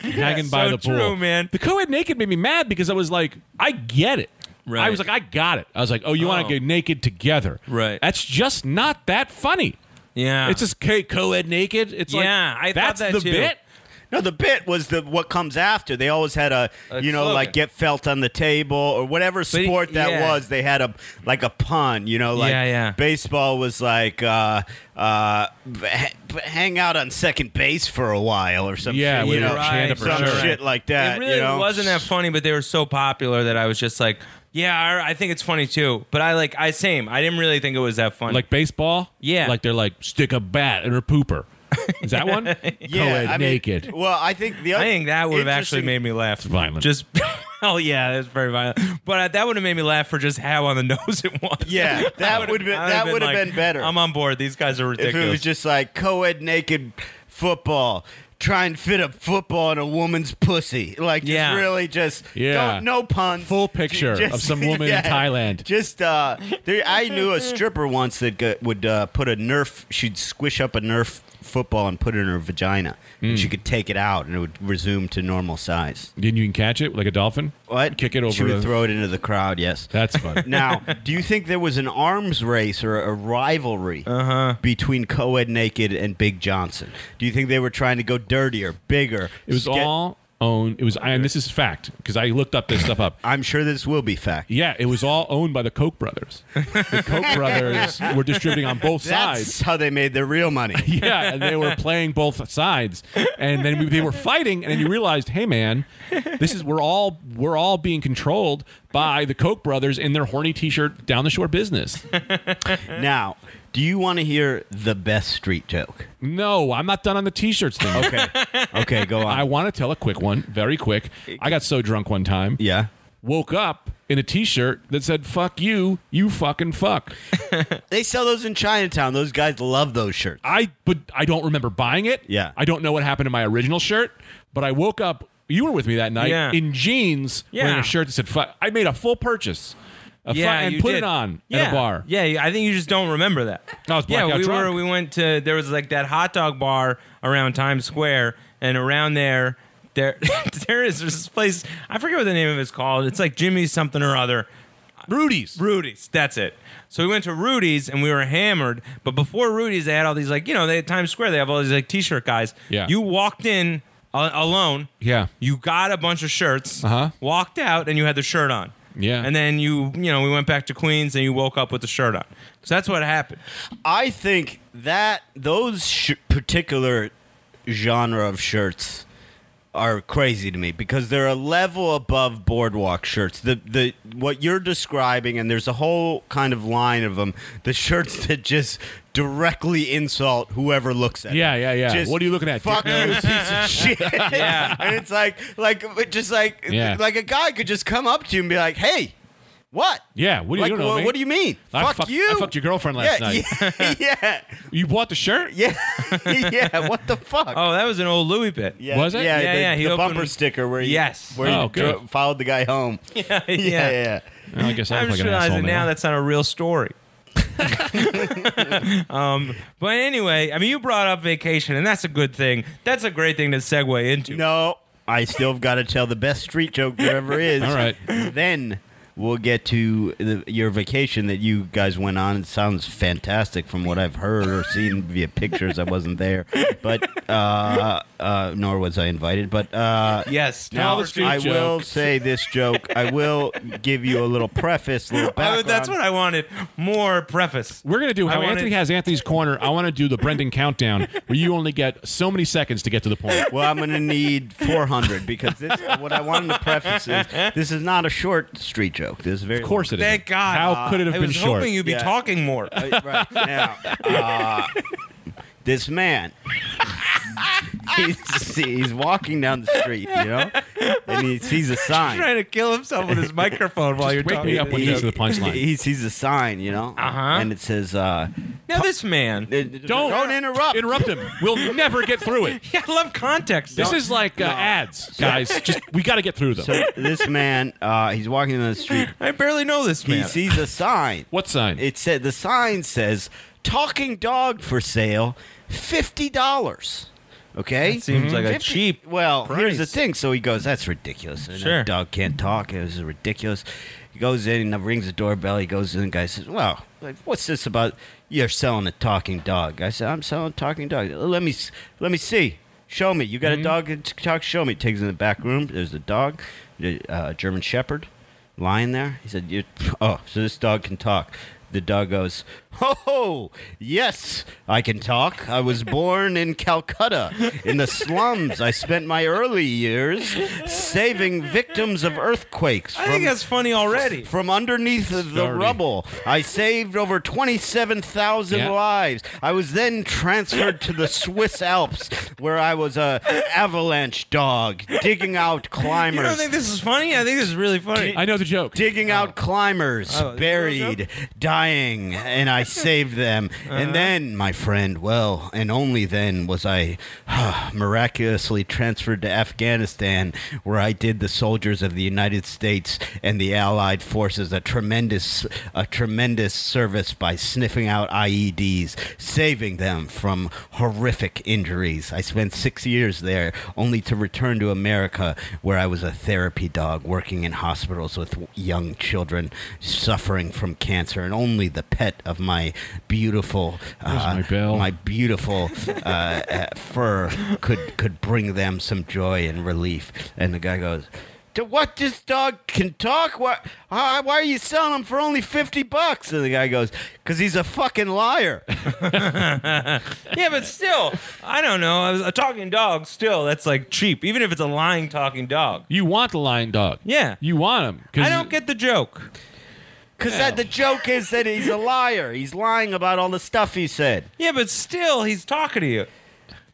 Speaker 2: hanging by
Speaker 3: so
Speaker 2: the pool.
Speaker 3: true, man.
Speaker 2: The co-ed naked made me mad because I was like, I get it.
Speaker 3: Right.
Speaker 2: I was like, I got it. I was like, oh, you want
Speaker 3: Oh.
Speaker 2: to get naked together?
Speaker 3: Right.
Speaker 2: That's just not that funny.
Speaker 3: Yeah,
Speaker 2: It's just okay, co-ed naked. It's
Speaker 3: Yeah,
Speaker 2: like
Speaker 3: I thought
Speaker 2: that's
Speaker 3: that
Speaker 2: the
Speaker 3: too.
Speaker 2: bit.
Speaker 1: No, the bit was the what comes after. They always had a,
Speaker 3: A
Speaker 1: you know
Speaker 3: slogan.
Speaker 1: like get felt on the table or whatever
Speaker 3: y-
Speaker 1: sport that
Speaker 3: yeah.
Speaker 1: was. They had a like a pun, you know, like
Speaker 3: Yeah, yeah.
Speaker 1: baseball was like uh, uh, h- hang out on second base for a while or something.
Speaker 2: Yeah,
Speaker 1: you
Speaker 2: with
Speaker 1: know,
Speaker 2: your hand up
Speaker 1: some
Speaker 2: or something.
Speaker 1: shit like that.
Speaker 3: It really
Speaker 1: you know?
Speaker 3: wasn't that funny, but they were so popular that I was just like, yeah, I, I think it's funny too. But I like, I same. I didn't really think it was that funny.
Speaker 2: Like baseball.
Speaker 3: Yeah.
Speaker 2: Like they're like stick a bat in her pooper. Is that
Speaker 3: *laughs*
Speaker 2: one? co-ed
Speaker 1: I mean,
Speaker 2: naked.
Speaker 1: well, I think the
Speaker 3: I
Speaker 1: other
Speaker 3: think that would have actually
Speaker 1: interesting-
Speaker 3: made me laugh.
Speaker 2: violent.
Speaker 3: Just *laughs* oh yeah, that's very violent. But uh, that would have made me laugh for just how on the *laughs* nose it was.
Speaker 1: *laughs*
Speaker 3: *laughs*
Speaker 1: Yeah, that
Speaker 3: I
Speaker 1: would've been-
Speaker 3: I
Speaker 1: that would've
Speaker 3: like,
Speaker 1: been better.
Speaker 3: I'm on board. These guys are
Speaker 1: if
Speaker 3: ridiculous.
Speaker 1: it was just like co-ed naked football try and fit a football in a woman's pussy like just
Speaker 3: Yeah.
Speaker 1: really just
Speaker 2: Yeah.
Speaker 1: don't, no puns
Speaker 2: Full picture
Speaker 1: Ju- just-
Speaker 2: of some
Speaker 1: *laughs*
Speaker 2: woman
Speaker 1: yeah.
Speaker 2: in Thailand.
Speaker 1: just uh there, i knew a stripper once that g- would uh, put a nerf she'd squish up a nerf football and put it in her vagina and
Speaker 2: Mm.
Speaker 1: she could take it out and it would resume to normal size
Speaker 2: Then you can catch it like a dolphin.
Speaker 1: what
Speaker 2: Kick it over.
Speaker 1: she would
Speaker 2: the-
Speaker 1: throw it into the crowd yes
Speaker 2: That's fun.
Speaker 1: *laughs* now, do you think there was an arms race or a rivalry
Speaker 2: Uh-huh.
Speaker 1: between co-ed Naked and Big Johnson? Do you think they were trying to go dirtier, bigger?
Speaker 2: It was
Speaker 1: get-
Speaker 2: all owned. It was, and this is fact because I looked up this stuff up.
Speaker 1: I'm sure this will be fact.
Speaker 2: Yeah, it was all owned by the Koch brothers. The
Speaker 1: *laughs*
Speaker 2: Koch brothers were distributing on both
Speaker 1: That's
Speaker 2: sides.
Speaker 1: how they made their real money.
Speaker 2: *laughs* Yeah, and they were playing both sides, and then we, they were fighting, and then you realized, hey man, this is we're all we're all being controlled by the Koch brothers in their horny T-shirt down the shore business.
Speaker 1: now, do you want to hear the best street joke?
Speaker 2: No, I'm not done on the T-shirts thing.
Speaker 1: Okay, okay, go on.
Speaker 2: I want to tell a quick one, very quick. I got so drunk one time.
Speaker 1: yeah.
Speaker 2: woke up in a t-shirt that said fuck you you fucking
Speaker 1: *laughs*
Speaker 2: fuck
Speaker 1: They sell those in Chinatown. Those guys love those shirts.
Speaker 2: i but i don't remember buying it
Speaker 1: Yeah.
Speaker 2: i don't know what happened to my original shirt but i woke up you were with me that night
Speaker 3: Yeah.
Speaker 2: in jeans wearing
Speaker 3: Yeah.
Speaker 2: a shirt that said fuck i made a full purchase a fu-
Speaker 3: yeah,
Speaker 2: and
Speaker 3: you
Speaker 2: put
Speaker 3: did.
Speaker 2: it on
Speaker 3: yeah.
Speaker 2: at a bar
Speaker 3: Yeah, I think you just don't remember that.
Speaker 2: I was
Speaker 3: yeah,
Speaker 2: blackout
Speaker 3: we
Speaker 2: drunk.
Speaker 3: were. We went to there was like that hot dog bar around Times Square, and around there, there, *laughs* there is this place. I forget what the name of it's called. It's like Jimmy's something or other.
Speaker 2: rudy's
Speaker 3: Rudy's. That's it. So we went to Rudy's and we were hammered. But before Rudy's, they had all these like you know they at Times Square they have all these like T-shirt guys.
Speaker 2: Yeah.
Speaker 3: You walked in a- alone.
Speaker 2: Yeah.
Speaker 3: You got a bunch of shirts.
Speaker 2: Uh-huh.
Speaker 3: Walked out and you had the shirt on.
Speaker 2: Yeah.
Speaker 3: And then you you know we went back to Queens and you woke up with the shirt on. So that's what happened.
Speaker 1: I think that those sh- particular genre of shirts are crazy to me because they're a level above boardwalk shirts. The the what you're describing and there's a whole kind of line of them. The shirts that just directly insult whoever looks at.
Speaker 2: Yeah,
Speaker 1: them.
Speaker 2: yeah, yeah.
Speaker 1: Just,
Speaker 2: What are you looking at,
Speaker 1: Fuck
Speaker 2: dick
Speaker 1: you, piece
Speaker 2: *laughs*
Speaker 1: of shit.
Speaker 3: Yeah.
Speaker 1: and it's like like but just like
Speaker 2: Yeah.
Speaker 1: like a guy could just come up to you and be like, "Hey, what?
Speaker 2: yeah what do you,
Speaker 1: like,
Speaker 2: you don't know
Speaker 1: wha-
Speaker 2: me?
Speaker 1: what do you mean?
Speaker 2: I
Speaker 1: fuck
Speaker 2: fucked-
Speaker 1: you.
Speaker 2: i fucked your girlfriend
Speaker 1: yeah,
Speaker 2: last
Speaker 1: yeah,
Speaker 2: night
Speaker 1: *laughs* yeah.
Speaker 2: you bought the shirt
Speaker 1: Yeah, yeah. *laughs* What the fuck?
Speaker 3: Oh, that was an old Louis bit.
Speaker 1: yeah,
Speaker 2: Was it?
Speaker 1: Yeah,
Speaker 3: Yeah,
Speaker 1: the,
Speaker 3: yeah, he
Speaker 1: the
Speaker 3: opened-
Speaker 1: bumper sticker where he,
Speaker 3: Yes.
Speaker 1: where
Speaker 2: Oh,
Speaker 1: he
Speaker 2: good.
Speaker 1: dro- followed the guy home. Yeah,
Speaker 3: *laughs* *laughs* yeah.
Speaker 1: yeah.
Speaker 2: Well, i guess i'm,
Speaker 3: I'm
Speaker 2: like
Speaker 3: just
Speaker 2: an asshole
Speaker 3: realizing now
Speaker 2: now
Speaker 3: that's not a real story. *laughs* um, but anyway, I mean, you brought up vacation, and that's a good thing. That's a great thing to segue into.
Speaker 1: No, I still got to tell the best street joke there
Speaker 2: *laughs*
Speaker 1: ever is.
Speaker 2: All right.
Speaker 1: then we'll get to the, your vacation that you guys went on. It sounds fantastic from what I've heard or seen via pictures. I wasn't there, but uh, uh, nor was I invited. But uh,
Speaker 3: Yes.
Speaker 1: Now,
Speaker 2: the street
Speaker 1: I
Speaker 2: joke.
Speaker 1: will say this joke. I will give you a little preface, little
Speaker 3: I
Speaker 1: background.
Speaker 3: would- that's what I wanted. More preface.
Speaker 2: we're gonna do
Speaker 3: I
Speaker 2: how
Speaker 3: wanted-
Speaker 2: Anthony has Anthony's corner. I want to do the Brendan countdown, where you only get so many seconds to get to the point.
Speaker 1: Well, I'm going to need 400 because this. What I wanted to preface is this is not a short street joke. This is very.
Speaker 2: Of course it is.
Speaker 3: Thank God.
Speaker 2: How could it have
Speaker 3: I
Speaker 2: been
Speaker 3: was
Speaker 2: short?
Speaker 3: hoping you'd be
Speaker 1: Yeah.
Speaker 3: talking more. *laughs*
Speaker 1: Uh, right now, uh, this man. He's, he's walking down the street, you know, and he sees a sign.
Speaker 3: trying to kill himself
Speaker 2: *laughs*
Speaker 3: with his microphone while you're
Speaker 2: wake
Speaker 3: talking.
Speaker 2: me up
Speaker 3: to
Speaker 2: when
Speaker 3: me.
Speaker 2: you- These are
Speaker 1: *laughs*
Speaker 2: the punchline.
Speaker 1: He sees a sign, you know,
Speaker 3: Uh-huh.
Speaker 1: and it says, uh,
Speaker 3: Now
Speaker 2: *laughs*
Speaker 3: this man.
Speaker 1: "Don't
Speaker 2: Don't
Speaker 1: don't interrupt."
Speaker 2: Interrupt him. We'll never get through it.
Speaker 3: Yeah, I love context.
Speaker 2: This is like uh, ads, guys. Just we got to get through them.
Speaker 1: so this man, uh, he's walking down the street.
Speaker 3: I barely know this
Speaker 1: He
Speaker 3: man.
Speaker 1: sees a
Speaker 3: *laughs*
Speaker 1: sign.
Speaker 2: what sign?
Speaker 1: It said the sign says "Talking Dog for Sale, fifty dollars." Okay,
Speaker 3: That seems like a cheap
Speaker 1: Well, here's the
Speaker 3: price.
Speaker 1: thing. So he goes, "That's ridiculous. And
Speaker 3: Sure.
Speaker 1: That dog can't talk. It was ridiculous." He goes in and rings the doorbell. He goes in. The guy says, "Well, like, what's this about? You're selling a talking dog?" I said, "I'm selling a talking dog. Let me s- let me see. Show me. You got
Speaker 3: Mm-hmm.
Speaker 1: a dog that talks? Show me." Takes it in the back room. There's the dog, the uh, German Shepherd, lying there. He said, you "Oh, so this dog can talk." The dog goes, Oh, yes, I can talk. I
Speaker 3: *laughs*
Speaker 1: was born in Calcutta in the slums. I spent my early years saving victims of earthquakes
Speaker 3: I think
Speaker 1: from,
Speaker 3: that's funny already.
Speaker 1: from underneath the
Speaker 2: Starting.
Speaker 1: rubble. I saved over 27,000
Speaker 2: Yeah.
Speaker 1: lives. I was then transferred to the Swiss Alps where I was a avalanche dog digging out climbers.
Speaker 3: *laughs* You don't think this is funny? I think this is really funny.
Speaker 2: I know the joke.
Speaker 1: Digging out climbers,
Speaker 3: Oh, is that
Speaker 1: buried, dying, and I saved them. And then, my friend, well, and only then was I miraculously transferred to Afghanistan, where I did the soldiers of the United States and the Allied forces a tremendous, a tremendous service by sniffing out IEDs, saving them from horrific injuries. I spent six years there, only to return to America, where I was a therapy dog working in hospitals with young children suffering from cancer, and only the pet of my beautiful, uh,
Speaker 2: my bell?
Speaker 1: my beautiful uh, uh, fur could could bring them some joy and relief. And the guy goes. "To What this dog can talk? Why, uh, why are you selling him for only fifty bucks? And the guy goes, "Cause he's a fucking liar." *laughs*
Speaker 3: yeah, but still, I don't know. I was- A talking dog, still, that's like cheap, even if it's a lying talking dog.
Speaker 2: You want the lion dog.
Speaker 3: Yeah.
Speaker 2: You want him. 'cause-
Speaker 3: I don't get the joke.
Speaker 1: Cause that the joke is that he's a liar. He's lying about all the stuff he said.
Speaker 3: Yeah, but still, he's talking to you.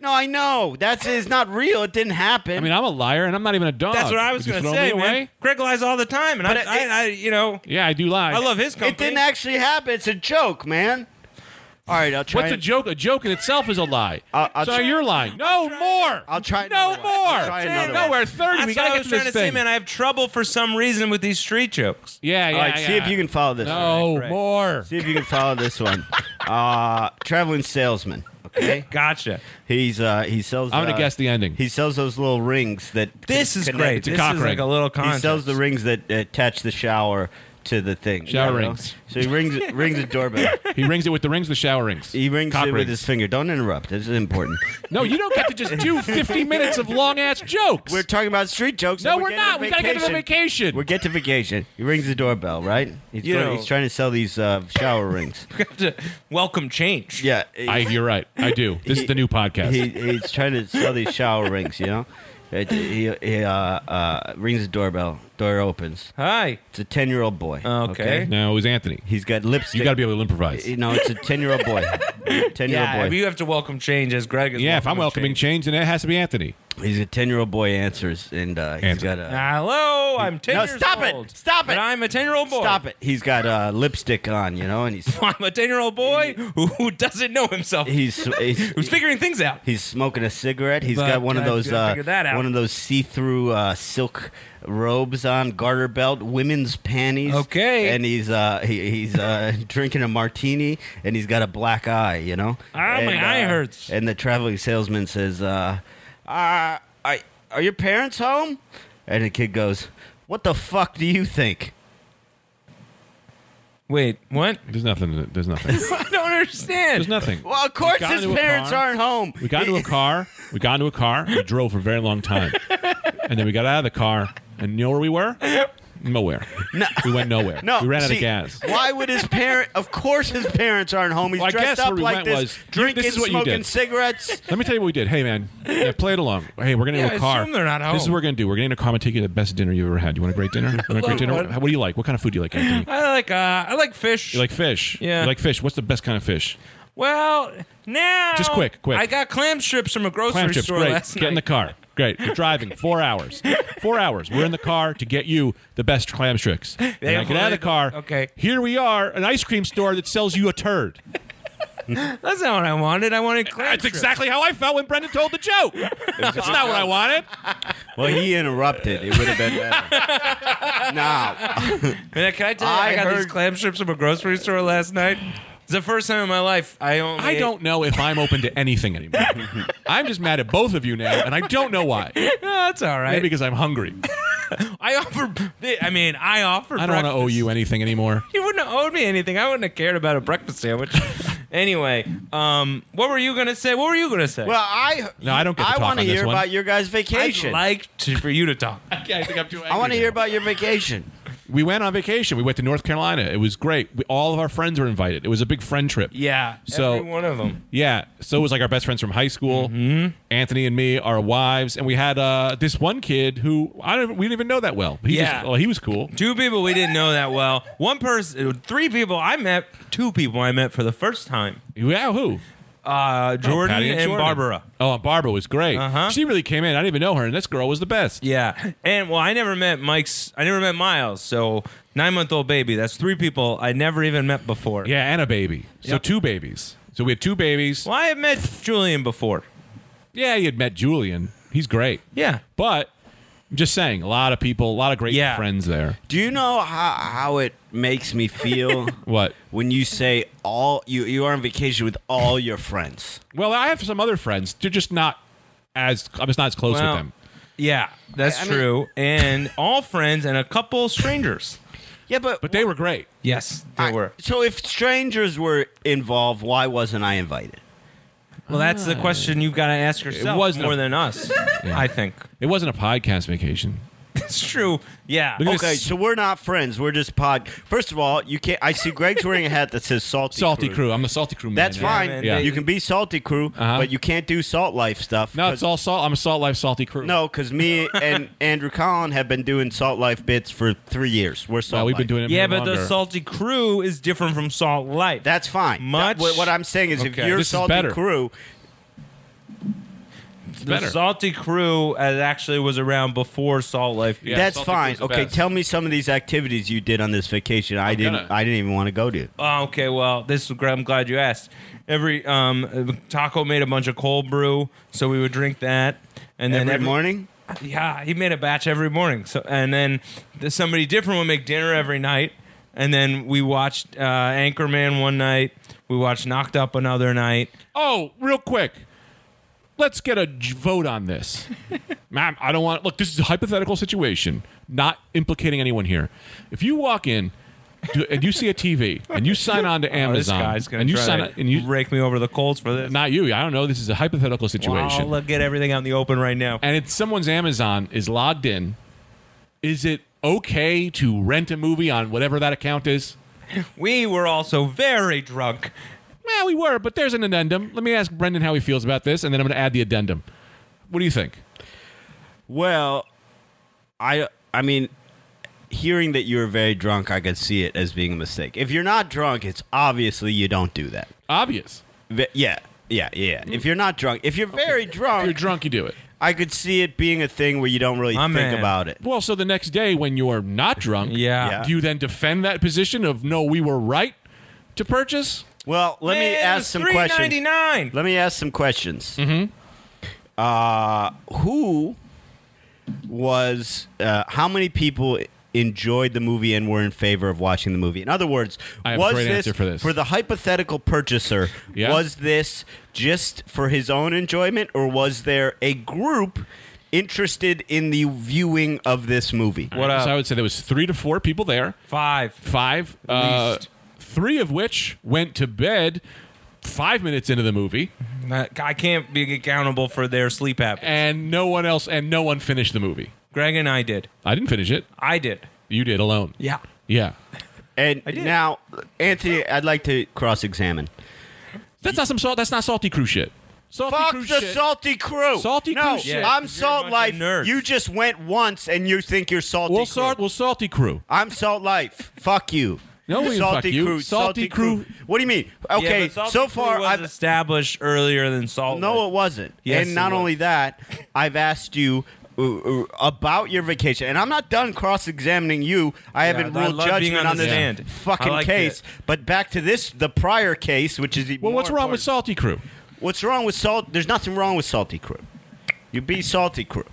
Speaker 1: No, I know that's it's not real. It didn't happen.
Speaker 2: I mean, I'm a liar and I'm not even a dog.
Speaker 3: That's what I
Speaker 2: Would
Speaker 3: was
Speaker 2: you
Speaker 3: going to
Speaker 2: throw
Speaker 3: say,
Speaker 2: me
Speaker 3: man.
Speaker 2: away?
Speaker 3: Greg lies all the time, and I,
Speaker 1: But it-
Speaker 3: I, I, you know,
Speaker 2: Yeah, I do lie.
Speaker 3: I love his company.
Speaker 1: it didn't actually happen. It's a joke, man. All right, I'll try.
Speaker 2: What's a
Speaker 1: and-
Speaker 2: joke? A joke in itself is a lie.
Speaker 1: I'll- I'll
Speaker 2: so
Speaker 1: try-
Speaker 2: you're lying. No more.
Speaker 1: I'll try
Speaker 2: No
Speaker 1: another
Speaker 2: more.
Speaker 1: one. I'll try another
Speaker 2: no,
Speaker 1: one.
Speaker 2: we're at thirty.
Speaker 3: That's
Speaker 2: we
Speaker 3: what
Speaker 2: gotta
Speaker 3: I
Speaker 2: get
Speaker 3: was
Speaker 2: to
Speaker 3: trying
Speaker 2: this
Speaker 3: to say,
Speaker 2: thing.
Speaker 3: man. I have trouble for some reason with these street jokes.
Speaker 2: yeah, yeah.
Speaker 1: All right, see
Speaker 2: yeah.
Speaker 1: if you can follow this. one.
Speaker 2: *laughs* No
Speaker 3: Right.
Speaker 2: more.
Speaker 1: See if you can follow this one. Uh, traveling salesman. Okay,
Speaker 3: Gotcha.
Speaker 1: he's uh, he sells.
Speaker 2: I'm gonna
Speaker 1: uh,
Speaker 2: guess the ending.
Speaker 1: He sells those little rings that.
Speaker 3: This is
Speaker 1: connect-
Speaker 3: great.
Speaker 2: a
Speaker 3: This
Speaker 2: cock
Speaker 3: is like
Speaker 2: ring.
Speaker 3: a little
Speaker 1: He
Speaker 3: concept.
Speaker 1: sells the rings that attach the shower to the thing.
Speaker 2: Shower
Speaker 1: You know?
Speaker 2: rings.
Speaker 1: So he rings *laughs* rings the doorbell.
Speaker 2: He rings it with the rings, the shower rings.
Speaker 1: He rings
Speaker 2: Cock
Speaker 1: it with
Speaker 2: rings.
Speaker 1: his finger. Don't interrupt. This is important.
Speaker 2: No, you don't get to just do 50 minutes of long ass
Speaker 1: *laughs*
Speaker 2: jokes.
Speaker 1: We're talking about street jokes.
Speaker 2: no,
Speaker 1: and
Speaker 2: we're,
Speaker 1: getting
Speaker 2: not. We gotta get to the vacation.
Speaker 1: We'll get to vacation. He rings the doorbell, right? He's,
Speaker 3: You
Speaker 1: going-
Speaker 3: know-
Speaker 1: he's trying to sell these uh, shower rings.
Speaker 3: *laughs* Welcome change.
Speaker 1: Yeah.
Speaker 2: I, you're right. I
Speaker 1: *laughs*
Speaker 2: do. This is the new podcast.
Speaker 1: he, he's trying to sell these shower rings, you know? It- he he uh, uh, rings the doorbell. Door opens.
Speaker 3: Hi.
Speaker 1: It's a 10 year old boy.
Speaker 3: Okay.
Speaker 2: no, it was Anthony.
Speaker 1: He's got lipstick.
Speaker 2: You got to be able to improvise.
Speaker 1: You know, it's a 10 year old
Speaker 3: *laughs*
Speaker 1: boy. 10 year old
Speaker 3: Yeah,
Speaker 1: boy.
Speaker 3: you have to welcome change as Greg is.
Speaker 2: yeah, if I'm welcoming change, then it has to be Anthony.
Speaker 1: He's a 10 year old boy answers, and uh, he's
Speaker 2: Answer.
Speaker 1: got a.
Speaker 3: Hello, I'm ten
Speaker 1: No,
Speaker 3: years
Speaker 1: stop it.
Speaker 3: old.
Speaker 1: Stop it.
Speaker 3: And I'm a ten year old boy.
Speaker 1: Stop it. He's got uh, lipstick on, you know, and he's.
Speaker 3: *laughs* I'm a ten year old boy who, who *laughs* doesn't know himself,
Speaker 1: He's,
Speaker 2: *laughs*
Speaker 1: he's
Speaker 3: who's figuring things out.
Speaker 1: He's smoking a cigarette. He's
Speaker 3: But
Speaker 1: got one of
Speaker 3: I
Speaker 1: those
Speaker 3: gotta
Speaker 1: uh,
Speaker 3: figure that out.
Speaker 1: one of those see-through uh, silk robes on, garter belt, women's panties.
Speaker 3: Okay.
Speaker 1: And he's uh, he, he's uh, *laughs* drinking a martini, and he's got a black eye. You know.
Speaker 3: Ah, my
Speaker 1: And,
Speaker 3: eye
Speaker 1: uh,
Speaker 3: hurts.
Speaker 1: And the traveling salesman says, uh, uh, I, "Are your parents home?" And the kid goes, "What the fuck do you think?"
Speaker 3: Wait, what?
Speaker 2: There's nothing.
Speaker 1: *laughs*
Speaker 2: There's nothing.
Speaker 3: *laughs* I don't understand.
Speaker 2: There's nothing.
Speaker 1: Well, of course
Speaker 2: got
Speaker 1: his
Speaker 2: into a
Speaker 1: parents
Speaker 2: car.
Speaker 1: aren't home.
Speaker 2: We got into a car. We got into a car. We drove for a very long time, and then we got out of the car. And you know where we were?
Speaker 1: *laughs*
Speaker 2: Nowhere.
Speaker 1: No.
Speaker 2: We went nowhere.
Speaker 1: No,
Speaker 2: we ran out
Speaker 1: see,
Speaker 2: of gas.
Speaker 1: Why would his parent? Of course, his parents aren't home. He's
Speaker 2: Well, I
Speaker 1: dressed
Speaker 2: guess
Speaker 1: up
Speaker 2: where we
Speaker 1: like
Speaker 2: went
Speaker 1: this,
Speaker 2: was, you-
Speaker 1: drinking,
Speaker 2: this is what you
Speaker 1: smoking
Speaker 2: did.
Speaker 1: cigarettes.
Speaker 2: Let me tell you what we did. Hey, man, yeah, play it along. Hey, we're getting
Speaker 3: Yeah,
Speaker 2: into a car.
Speaker 3: assume they're not
Speaker 2: This is
Speaker 3: home.
Speaker 2: what we're gonna do. We're getting into a car. I'm gonna take you to the best dinner you've ever had. You want a great dinner? You want a great dinner?
Speaker 3: *laughs* Love
Speaker 2: What, what do you like? What kind of food do you like? Anthony?
Speaker 3: I like uh, I like fish.
Speaker 2: You like fish?
Speaker 3: Yeah.
Speaker 2: You like fish? What's the best kind of fish?
Speaker 3: well, now
Speaker 2: Just quick, quick.
Speaker 3: I got clam strips from a grocery
Speaker 2: Clam chips.
Speaker 3: store
Speaker 2: Great.
Speaker 3: last
Speaker 2: Get in the
Speaker 3: night.
Speaker 2: car. Great. We're driving four hours. Four hours. We're in the car to get you the best clam
Speaker 3: *laughs*
Speaker 2: tricks. And I get out of the car.
Speaker 3: Okay.
Speaker 2: Here we are, an ice cream store that sells you a turd.
Speaker 3: That's not what I wanted. I wanted clam
Speaker 2: That's
Speaker 3: strips.
Speaker 2: exactly how I felt when Brendan told the
Speaker 3: *laughs*
Speaker 2: joke. That's not what I wanted.
Speaker 1: Well, he interrupted. It would have been better. *laughs* nah.
Speaker 3: Man, can I tell you, I,
Speaker 1: I
Speaker 3: got these
Speaker 1: heard-
Speaker 3: clam strips from a grocery store last night. It's the first time in my life I only.
Speaker 2: I
Speaker 3: ate-
Speaker 2: don't know if I'm open to anything
Speaker 3: *laughs*
Speaker 2: anymore. I'm just mad at both of you now, and I don't know why.
Speaker 3: No, *laughs* that's all right.
Speaker 2: Maybe because I'm hungry.
Speaker 3: I offer. I mean, I offer.
Speaker 2: I don't want to owe you anything
Speaker 3: *laughs*
Speaker 2: anymore.
Speaker 3: You wouldn't have owed me anything. I wouldn't have cared about a breakfast sandwich. anyway, um, what were you gonna say? What were you gonna say?
Speaker 1: Well, I
Speaker 2: No, I don't get to
Speaker 1: I
Speaker 2: talk
Speaker 1: want
Speaker 2: on
Speaker 1: to
Speaker 2: this
Speaker 1: hear
Speaker 2: one.
Speaker 1: about your guys'
Speaker 3: I'd
Speaker 1: vacation.
Speaker 3: like to, for you to talk.
Speaker 2: I think I'm too
Speaker 1: I want to hear about your vacation.
Speaker 2: We went on vacation. We went to North Carolina. It was great. We, all of our friends were invited. It was a big friend trip.
Speaker 3: Yeah.
Speaker 2: So-
Speaker 3: every one of them.
Speaker 2: Yeah. So it was like our best friends from high school.
Speaker 3: Mm-hmm.
Speaker 2: Anthony and me, our wives, and we had uh, this one kid who I don't. We didn't even know that well. He
Speaker 3: Yeah.
Speaker 2: Just, well, he was cool.
Speaker 3: Two people we didn't know that well. One person, three people I met. Two people I met for the first time.
Speaker 2: Yeah. Who?
Speaker 3: Uh, Jordan
Speaker 2: Patty
Speaker 3: and,
Speaker 2: Jordan.
Speaker 3: Barbara.
Speaker 2: Oh, and Barbara was great.
Speaker 3: Uh-huh.
Speaker 2: She really came in. I didn't even know her, and this girl was the best.
Speaker 3: Yeah. And well, I never met Mike's. I never met Miles. So nine month old baby. That's three people I never even met before.
Speaker 2: Yeah, and a baby. So
Speaker 3: Yep.
Speaker 2: two babies. So we had two babies.
Speaker 3: Well, I had met Julian before.
Speaker 2: Yeah, you had met Julian. He's great.
Speaker 3: Yeah.
Speaker 2: But I'm just saying, a lot of people, a lot of great
Speaker 3: Yeah.
Speaker 2: friends there.
Speaker 1: Do you know how how it makes me feel
Speaker 2: What?
Speaker 1: when you say all you you are on vacation with all your friends?
Speaker 2: Well, I have some other friends. They're just not as I'm just not as close
Speaker 3: Well,
Speaker 2: with them.
Speaker 3: Yeah, that's
Speaker 1: I mean-
Speaker 3: true. and all friends and a couple strangers.
Speaker 1: Yeah, but
Speaker 2: But they were great.
Speaker 3: Yes, they
Speaker 1: I-
Speaker 3: were.
Speaker 1: So if strangers were involved, why wasn't I invited?
Speaker 3: Well, that's the question you've got to ask yourself
Speaker 2: was
Speaker 3: more
Speaker 2: a- *laughs*
Speaker 3: than us, I think. *laughs*
Speaker 2: It wasn't a podcast vacation.
Speaker 3: It's true. Yeah.
Speaker 2: Look at
Speaker 1: Okay,
Speaker 2: this
Speaker 1: so we're not friends. We're just pod. First of all, you can't. I see Greg's wearing a hat that says "Salty,
Speaker 2: salty crew. I'm the salty crew man.
Speaker 1: That's
Speaker 2: now.
Speaker 1: fine.
Speaker 3: man,
Speaker 2: Yeah.
Speaker 1: You can be Salty Crew,
Speaker 2: Uh-huh.
Speaker 1: but you can't do Salt Life stuff.
Speaker 2: No,
Speaker 1: 'cause-
Speaker 2: it's all salt. I'm a salt life salty crew.
Speaker 1: No, because me and Andrew Collin have been doing Salt Life bits for three years. We're Salt
Speaker 2: Well, we've
Speaker 1: Life.
Speaker 2: been doing it.
Speaker 3: Oh, yeah,
Speaker 2: even
Speaker 3: but the
Speaker 2: longer.
Speaker 3: salty crew is different from salt life.
Speaker 1: That's fine. That-
Speaker 3: Much-
Speaker 1: what, what I'm saying is,
Speaker 3: Okay.
Speaker 1: if you're
Speaker 2: This is
Speaker 1: Salty
Speaker 2: better.
Speaker 1: Crew,
Speaker 2: It's
Speaker 3: the
Speaker 2: better.
Speaker 3: salty crew uh, actually was around before salt life.
Speaker 2: Yeah.
Speaker 1: that's
Speaker 2: Salty
Speaker 1: fine.
Speaker 2: Crew's the
Speaker 1: Okay,
Speaker 2: best.
Speaker 1: tell me some of these activities you did on this vacation. I didn't.
Speaker 2: gonna.
Speaker 1: I didn't even want to go to.
Speaker 3: Oh, okay. Well, this is, I'm glad you asked. Every um, taco made a bunch of cold brew, so we would drink that. And then
Speaker 1: Every
Speaker 3: every-
Speaker 1: morning.
Speaker 3: Yeah, he made a batch every morning. So and then th- somebody different would make dinner every night. And then we watched uh, Anchorman one night. We watched Knocked Up another night.
Speaker 2: Oh, real quick. Let's get a j- vote on this.
Speaker 3: *laughs*
Speaker 2: Ma'am, I don't want. Look, this is a hypothetical situation, not implicating anyone here. If you walk in to, and you see a TV and
Speaker 3: *laughs*
Speaker 2: you sign on to
Speaker 3: Oh, this
Speaker 2: Amazon
Speaker 3: guy's gonna
Speaker 2: and you
Speaker 3: try
Speaker 2: sign
Speaker 3: to
Speaker 2: on, and you
Speaker 3: rake me over the coals for this.
Speaker 2: not you, I don't know. This is a hypothetical
Speaker 3: Well,
Speaker 2: situation,
Speaker 3: I'll get everything out in the open right now.
Speaker 2: and it's someone's Amazon is logged in. Is it okay to rent a movie on whatever that account is?
Speaker 3: We were also very drunk.
Speaker 2: Well, we were, but there's an addendum. Let me ask Brendan how he feels about this, and then I'm going to add the addendum. What do you think?
Speaker 1: Well, I I mean, hearing that you were very drunk, I could see it as being a mistake. If you're not drunk, it's obviously you don't do that.
Speaker 2: Obvious.
Speaker 1: Ve- Yeah, yeah, yeah.
Speaker 3: Mm-hmm.
Speaker 1: If you're not drunk, if you're very
Speaker 2: If
Speaker 1: drunk,
Speaker 2: you're drunk, you do it.
Speaker 1: I could see it being a thing where you don't really
Speaker 3: My
Speaker 1: think
Speaker 3: man.
Speaker 1: about it.
Speaker 2: Well, so the next day when you're not drunk,
Speaker 3: Yeah.
Speaker 1: Yeah.
Speaker 2: do you then defend that position of no, we were right to purchase?
Speaker 1: Well, let me
Speaker 3: Man, it
Speaker 1: ask
Speaker 3: was
Speaker 1: some questions.
Speaker 3: $3.99.
Speaker 1: Let me ask some questions. Mm-hmm. Uh, who was? Uh, how many people enjoyed the movie and were in favor of watching the movie? In other words,
Speaker 2: I have a
Speaker 1: was
Speaker 2: great
Speaker 1: this
Speaker 2: answer for this.
Speaker 1: the hypothetical purchaser?
Speaker 2: Yeah.
Speaker 1: Was this just for his own enjoyment, or was there a group interested in the viewing of this movie?
Speaker 3: What up?
Speaker 2: So I would say there was three to four people there,
Speaker 3: Five.
Speaker 2: five, uh,
Speaker 3: least.
Speaker 2: three of which went to bed five minutes into the movie,
Speaker 3: I can't be accountable for their sleep habits.
Speaker 2: and no one else, and no one finished the movie.
Speaker 3: Greg and I did.
Speaker 2: I didn't finish it.
Speaker 3: I did.
Speaker 2: You did alone.
Speaker 3: Yeah.
Speaker 2: Yeah.
Speaker 1: And
Speaker 3: did.
Speaker 1: now, Anthony, I'd like to cross-examine.
Speaker 2: That's not some salt. That's not salty crew shit. Salty
Speaker 1: Fuck
Speaker 2: crew
Speaker 1: the
Speaker 2: shit.
Speaker 1: salty crew.
Speaker 2: Salty
Speaker 1: no,
Speaker 2: crew shit.
Speaker 1: I'm
Speaker 3: You're a
Speaker 1: salt
Speaker 3: bunch of
Speaker 1: life.
Speaker 3: nerds.
Speaker 1: You just went once and you think you're salty.
Speaker 2: Well,
Speaker 1: crew.
Speaker 2: salt. Well, salty crew.
Speaker 1: I'm salt life. fuck you.
Speaker 2: No, we- fuck
Speaker 1: salty
Speaker 2: you.
Speaker 1: crew.
Speaker 2: Salty crew.
Speaker 1: What do you mean? Okay,
Speaker 3: Yeah, but Salty
Speaker 1: so
Speaker 3: Crew
Speaker 1: far
Speaker 3: was
Speaker 1: I've
Speaker 3: established earlier than Salt.
Speaker 1: no,
Speaker 3: Lake.
Speaker 1: it wasn't.
Speaker 3: Yes,
Speaker 1: and
Speaker 3: it
Speaker 1: not
Speaker 3: was.
Speaker 1: only that, I've asked you uh, uh, about your vacation, and I'm not done cross-examining you. I haven't
Speaker 3: I
Speaker 1: ruled
Speaker 3: love being
Speaker 1: judgment
Speaker 3: on
Speaker 1: on
Speaker 3: the
Speaker 1: this
Speaker 3: stand. I
Speaker 1: fucking
Speaker 3: like
Speaker 1: case. But back to this, the prior case, which is even
Speaker 2: Well, what's
Speaker 1: more
Speaker 2: wrong with
Speaker 1: important.
Speaker 2: Salty Crew?
Speaker 1: What's wrong with salt? There's nothing wrong with salty crew. You be salty crew,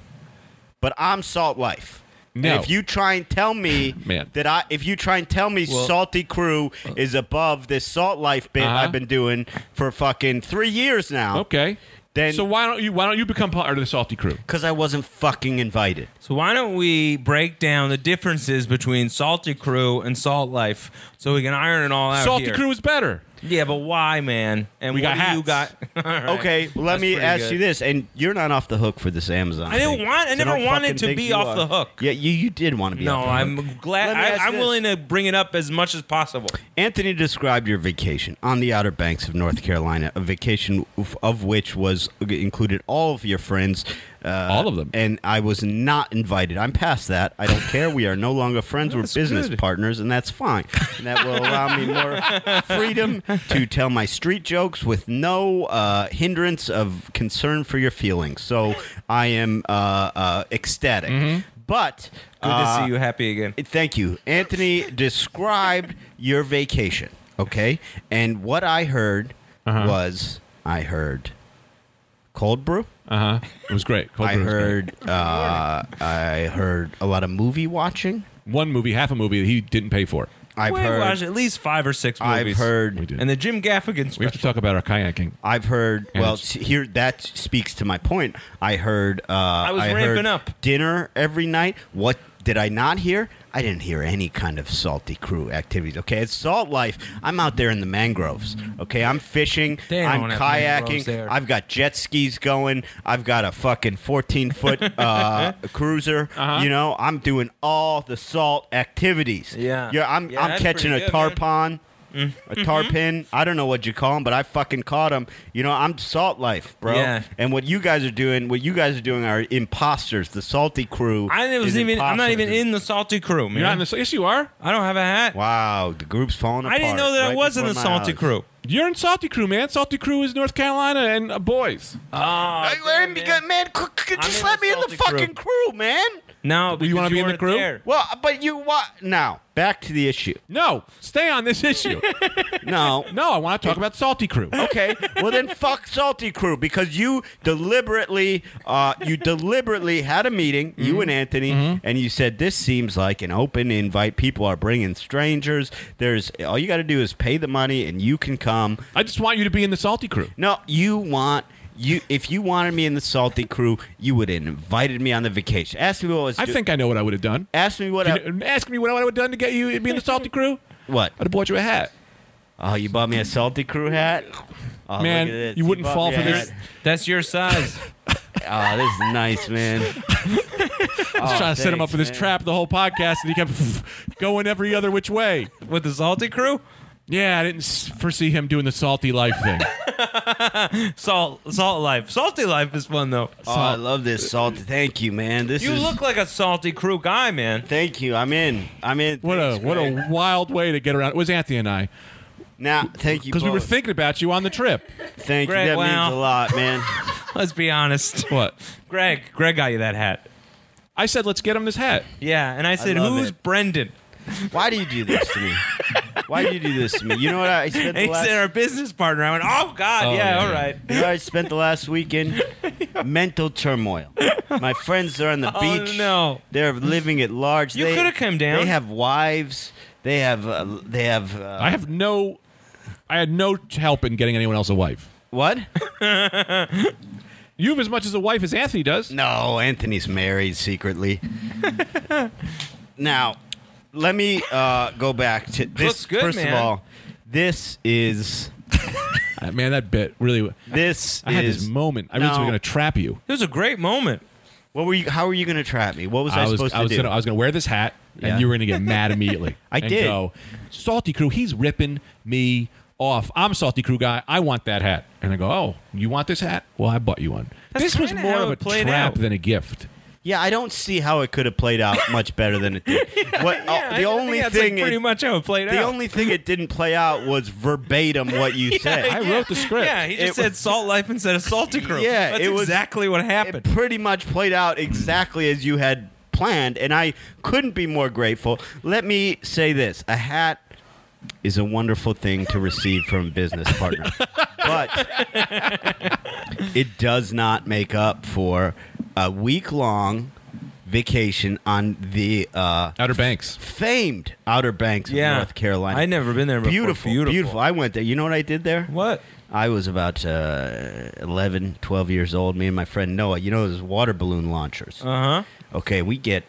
Speaker 1: but I'm salt life. And
Speaker 2: No.
Speaker 1: if you try and tell
Speaker 3: *coughs*
Speaker 1: me
Speaker 2: Man.
Speaker 1: that I, if you try and tell me
Speaker 3: Well- uh,
Speaker 1: salty crew is above this salt life bit
Speaker 2: Uh-huh.
Speaker 1: I've been doing for fucking three years now,
Speaker 2: Okay.
Speaker 1: Then-
Speaker 2: so why don't you why don't you become part of the Salty Crew?
Speaker 1: because I wasn't fucking invited.
Speaker 3: So why don't we break down the differences between Salty Crew and Salt Life so we can iron it all out
Speaker 2: Salty
Speaker 3: here.
Speaker 2: Crew is better.
Speaker 3: Yeah, but why, man? And
Speaker 2: We
Speaker 3: what
Speaker 2: got
Speaker 3: do you
Speaker 2: hats. *laughs*
Speaker 3: got? All right.
Speaker 1: Okay, well, let
Speaker 3: That's
Speaker 1: me
Speaker 3: pretty
Speaker 1: ask
Speaker 3: good.
Speaker 1: you this, and you're not off the hook for this Amazon.
Speaker 3: I didn't
Speaker 1: thing,
Speaker 3: want- I
Speaker 1: so
Speaker 3: never
Speaker 1: don't
Speaker 3: wanted
Speaker 1: fucking
Speaker 3: to
Speaker 1: think
Speaker 3: be
Speaker 1: you
Speaker 3: off the
Speaker 1: are.
Speaker 3: hook.
Speaker 1: Yeah, you, you did want to be.
Speaker 3: No,
Speaker 1: off the hook.
Speaker 3: I'm glad.
Speaker 1: Let me ask
Speaker 3: I, I'm
Speaker 1: this.
Speaker 3: willing to bring it up as much as possible.
Speaker 1: Anthony described your vacation on the Outer Banks of North Carolina, a vacation of- of which was included all of your friends, uh,
Speaker 2: All of them.
Speaker 1: and I was not invited. I'm past that. I don't care. We are no longer friends. We're business partners, and that's fine. And that will allow me more freedom to tell my street jokes with no uh, hindrance of concern for your feelings. So I am uh, uh, ecstatic.
Speaker 2: Mm-hmm.
Speaker 1: But
Speaker 3: Good
Speaker 1: uh,
Speaker 3: to see you happy again.
Speaker 1: Thank you. Anthony described your vacation, okay? And what I heard was I heard cold brew.
Speaker 2: Uh huh. It was great. Cold
Speaker 1: I
Speaker 2: Brew was great.
Speaker 1: heard uh, I heard a lot of movie watching.
Speaker 2: one movie, half a movie that he didn't pay for.
Speaker 1: I've
Speaker 3: we
Speaker 1: heard
Speaker 3: watched at least five or six
Speaker 1: I've
Speaker 3: movies.
Speaker 1: heard
Speaker 2: We did.
Speaker 3: And the Jim Gaffigan
Speaker 2: We have to
Speaker 3: special.
Speaker 2: talk about our kayaking.
Speaker 1: I've heard.
Speaker 2: Yeah,
Speaker 1: well,
Speaker 2: it's-
Speaker 1: s- here that speaks to my point. I heard. Uh, I
Speaker 3: was
Speaker 1: heard
Speaker 3: ramping up.
Speaker 1: dinner every night. What did I not hear? I didn't hear any kind of salty crew activities. Okay, it's salt life. I'm out there in the mangroves. Okay, I'm fishing.
Speaker 3: They don't
Speaker 1: I'm
Speaker 3: have
Speaker 1: kayaking.
Speaker 3: mangroves there.
Speaker 1: I've got jet skis going. I've got a fucking 14 foot
Speaker 3: *laughs*
Speaker 1: uh, cruiser.
Speaker 2: Uh-huh.
Speaker 1: You know, I'm doing all the salt activities.
Speaker 3: Yeah.
Speaker 1: yeah. I'm
Speaker 3: Yeah,
Speaker 1: I'm
Speaker 3: that's
Speaker 1: catching
Speaker 3: pretty
Speaker 1: a
Speaker 3: good, man.
Speaker 1: tarpon a
Speaker 3: Mm-hmm.
Speaker 1: tarpon. I don't know what you call them, but I fucking caught them. You know, I'm salt life, bro.
Speaker 3: Yeah.
Speaker 1: And what you guys are doing, what you guys are doing are imposters. The salty crew.
Speaker 3: I was
Speaker 1: is
Speaker 3: even. I'm not
Speaker 1: imposters.
Speaker 3: even in the Salty Crew, man.
Speaker 2: You're not in this. Yes, you are.
Speaker 3: I don't have a hat.
Speaker 1: Wow, the group's falling apart.
Speaker 3: I didn't know that I
Speaker 1: right
Speaker 3: was in the
Speaker 1: before my
Speaker 3: Salty
Speaker 1: eyes.
Speaker 3: Crew.
Speaker 2: You're in Salty Crew, man. Salty Crew is North Carolina and uh, boys.
Speaker 3: Oh,
Speaker 1: Hey, man, because- man, c- c-
Speaker 3: I'm
Speaker 1: just
Speaker 3: in
Speaker 1: let
Speaker 3: the
Speaker 1: me in the
Speaker 3: salty
Speaker 1: fucking crew, man.
Speaker 3: no,
Speaker 2: You wanna
Speaker 3: because
Speaker 2: be in the
Speaker 3: weren't
Speaker 2: crew?
Speaker 3: there.
Speaker 1: Well, but you what? Now back to the *laughs* issue.
Speaker 2: No, stay on
Speaker 1: *laughs*
Speaker 2: this issue.
Speaker 1: No.
Speaker 2: no, I want to talk about Salty Crew.
Speaker 1: Okay, well then, fuck Salty Crew because you deliberately, uh, you deliberately had a meeting,
Speaker 2: Mm-hmm.
Speaker 1: you and Anthony, and you said this seems like an open invite. People are bringing strangers. There's all you got to do is pay the money, and you can come.
Speaker 2: I just want you to be in the Salty Crew.
Speaker 1: No, you want you if you wanted me in the Salty Crew, you would have invited me on the vacation. Ask me what I was.
Speaker 2: I
Speaker 1: do-
Speaker 2: think I know what I would have done.
Speaker 1: Ask me what.
Speaker 2: You
Speaker 1: I,
Speaker 2: know, ask me what I would have done to get you to be in the Salty Crew.
Speaker 1: what?
Speaker 2: I'd have bought you a hat.
Speaker 1: Oh, you bought me a Salty Crew hat. Oh,
Speaker 2: Man,
Speaker 1: look at this.
Speaker 2: you wouldn't
Speaker 1: bought
Speaker 2: fall
Speaker 1: me
Speaker 2: for
Speaker 1: a
Speaker 2: this.
Speaker 1: hat.
Speaker 3: That's your size.
Speaker 1: *laughs* Oh, this is nice,
Speaker 2: *laughs*
Speaker 1: man. Oh,
Speaker 2: I was trying to set him up
Speaker 1: thanks,
Speaker 2: for this
Speaker 1: man.
Speaker 2: trap the whole podcast, and he kept *laughs* going every other which way.
Speaker 3: With the Salty Crew?
Speaker 2: Yeah, I didn't s- foresee him doing the salty life thing.
Speaker 3: Salt Salt Life. Salty Life is fun, though.
Speaker 1: Oh, I love this salt. Thank you, man. This
Speaker 3: You
Speaker 1: is.
Speaker 3: look like a Salty Crew guy, man.
Speaker 1: thank you. I'm in. I'm in.
Speaker 2: What a
Speaker 1: Thanks,
Speaker 2: what
Speaker 1: Greg.
Speaker 2: a wild way to get around. It was Anthony and I
Speaker 1: Now, thank you.
Speaker 2: because we were
Speaker 1: both.
Speaker 2: thinking about you on the trip.
Speaker 1: Thank
Speaker 3: Greg,
Speaker 1: you. That
Speaker 3: wow.
Speaker 1: means a lot, man.
Speaker 3: Let's be honest.
Speaker 2: What?
Speaker 3: Greg, Greg got you that hat.
Speaker 2: I said, let's get him this hat.
Speaker 3: Yeah, and I said,
Speaker 1: love
Speaker 3: "Who's
Speaker 1: it.
Speaker 3: Brendan?"
Speaker 1: Why do you do this to me? Why do you do this to me? You know what I spent
Speaker 3: And
Speaker 1: the
Speaker 3: he
Speaker 1: last.
Speaker 3: said, "Our business partner." I went, "Oh God,
Speaker 2: Oh,
Speaker 3: yeah,
Speaker 2: yeah,
Speaker 3: all
Speaker 2: yeah.
Speaker 3: right."
Speaker 1: you know what I spent the last weekend? Mental turmoil. My friends are on the
Speaker 3: Oh,
Speaker 1: beach.
Speaker 3: no.
Speaker 1: They're living at large.
Speaker 3: You
Speaker 1: They-
Speaker 3: coulda come down.
Speaker 1: They have wives. They have. Uh, they have. Uh,
Speaker 2: I have no, I had no help in getting anyone else a wife.
Speaker 1: what?
Speaker 2: You have as much as a wife as Anthony does.
Speaker 1: No, Anthony's married secretly. now, let me uh, go back to this.
Speaker 3: Looks good,
Speaker 1: first
Speaker 3: man.
Speaker 1: of all, this is
Speaker 2: Uh, man, that bit really.
Speaker 1: this
Speaker 2: I
Speaker 1: is
Speaker 2: had this moment. I was
Speaker 1: No.
Speaker 2: going to trap you.
Speaker 3: It was a great moment.
Speaker 1: What were you? How were you going to trap me? What was I,
Speaker 2: was,
Speaker 1: supposed
Speaker 2: I was
Speaker 1: to do?
Speaker 2: Gonna, I was going to wear this hat,
Speaker 1: Yeah.
Speaker 2: and you were going to get mad immediately.
Speaker 1: I
Speaker 2: and
Speaker 1: did.
Speaker 2: Go, salty crew. He's ripping me off. I'm a salty crew guy. I want that hat. And I go, oh, you want this hat? Well, I bought you one.
Speaker 3: That's
Speaker 2: this was
Speaker 3: kinda
Speaker 2: more
Speaker 3: how
Speaker 2: of a
Speaker 3: it played
Speaker 2: trap
Speaker 3: out.
Speaker 2: than a gift.
Speaker 1: Yeah, I don't see how it could have played
Speaker 2: *laughs*
Speaker 1: out much better than it did. what
Speaker 3: Yeah, I
Speaker 1: uh, the
Speaker 3: think
Speaker 1: only
Speaker 3: that's, like,
Speaker 1: thing
Speaker 3: pretty
Speaker 1: it-
Speaker 3: much how it played
Speaker 1: the
Speaker 3: *laughs* out.
Speaker 1: only thing it didn't play out was verbatim what
Speaker 3: *laughs*
Speaker 1: you said.
Speaker 2: I wrote the script.
Speaker 3: Yeah, he just
Speaker 1: It-
Speaker 3: said salt life instead of salty crew.
Speaker 1: Yeah,
Speaker 3: that's
Speaker 1: it was-
Speaker 3: exactly what
Speaker 1: it
Speaker 3: happened.
Speaker 1: pretty much played out exactly as you had planned, and I couldn't be more grateful. Let me say this a hat is a wonderful thing to receive from a
Speaker 3: *laughs*
Speaker 1: business partner, but it does not make up for a week long vacation on the uh,
Speaker 2: Outer *laughs* Banks.
Speaker 1: famed Outer Banks of
Speaker 3: yeah,
Speaker 1: North Carolina.
Speaker 3: I never been there before.
Speaker 1: Beautiful, beautiful, I went there. You know what I did there?
Speaker 3: What?
Speaker 1: I was about uh, 11, 12 years old. Me and my friend Noah, you know, those water balloon launchers.
Speaker 3: Uh huh.
Speaker 1: Okay, we get,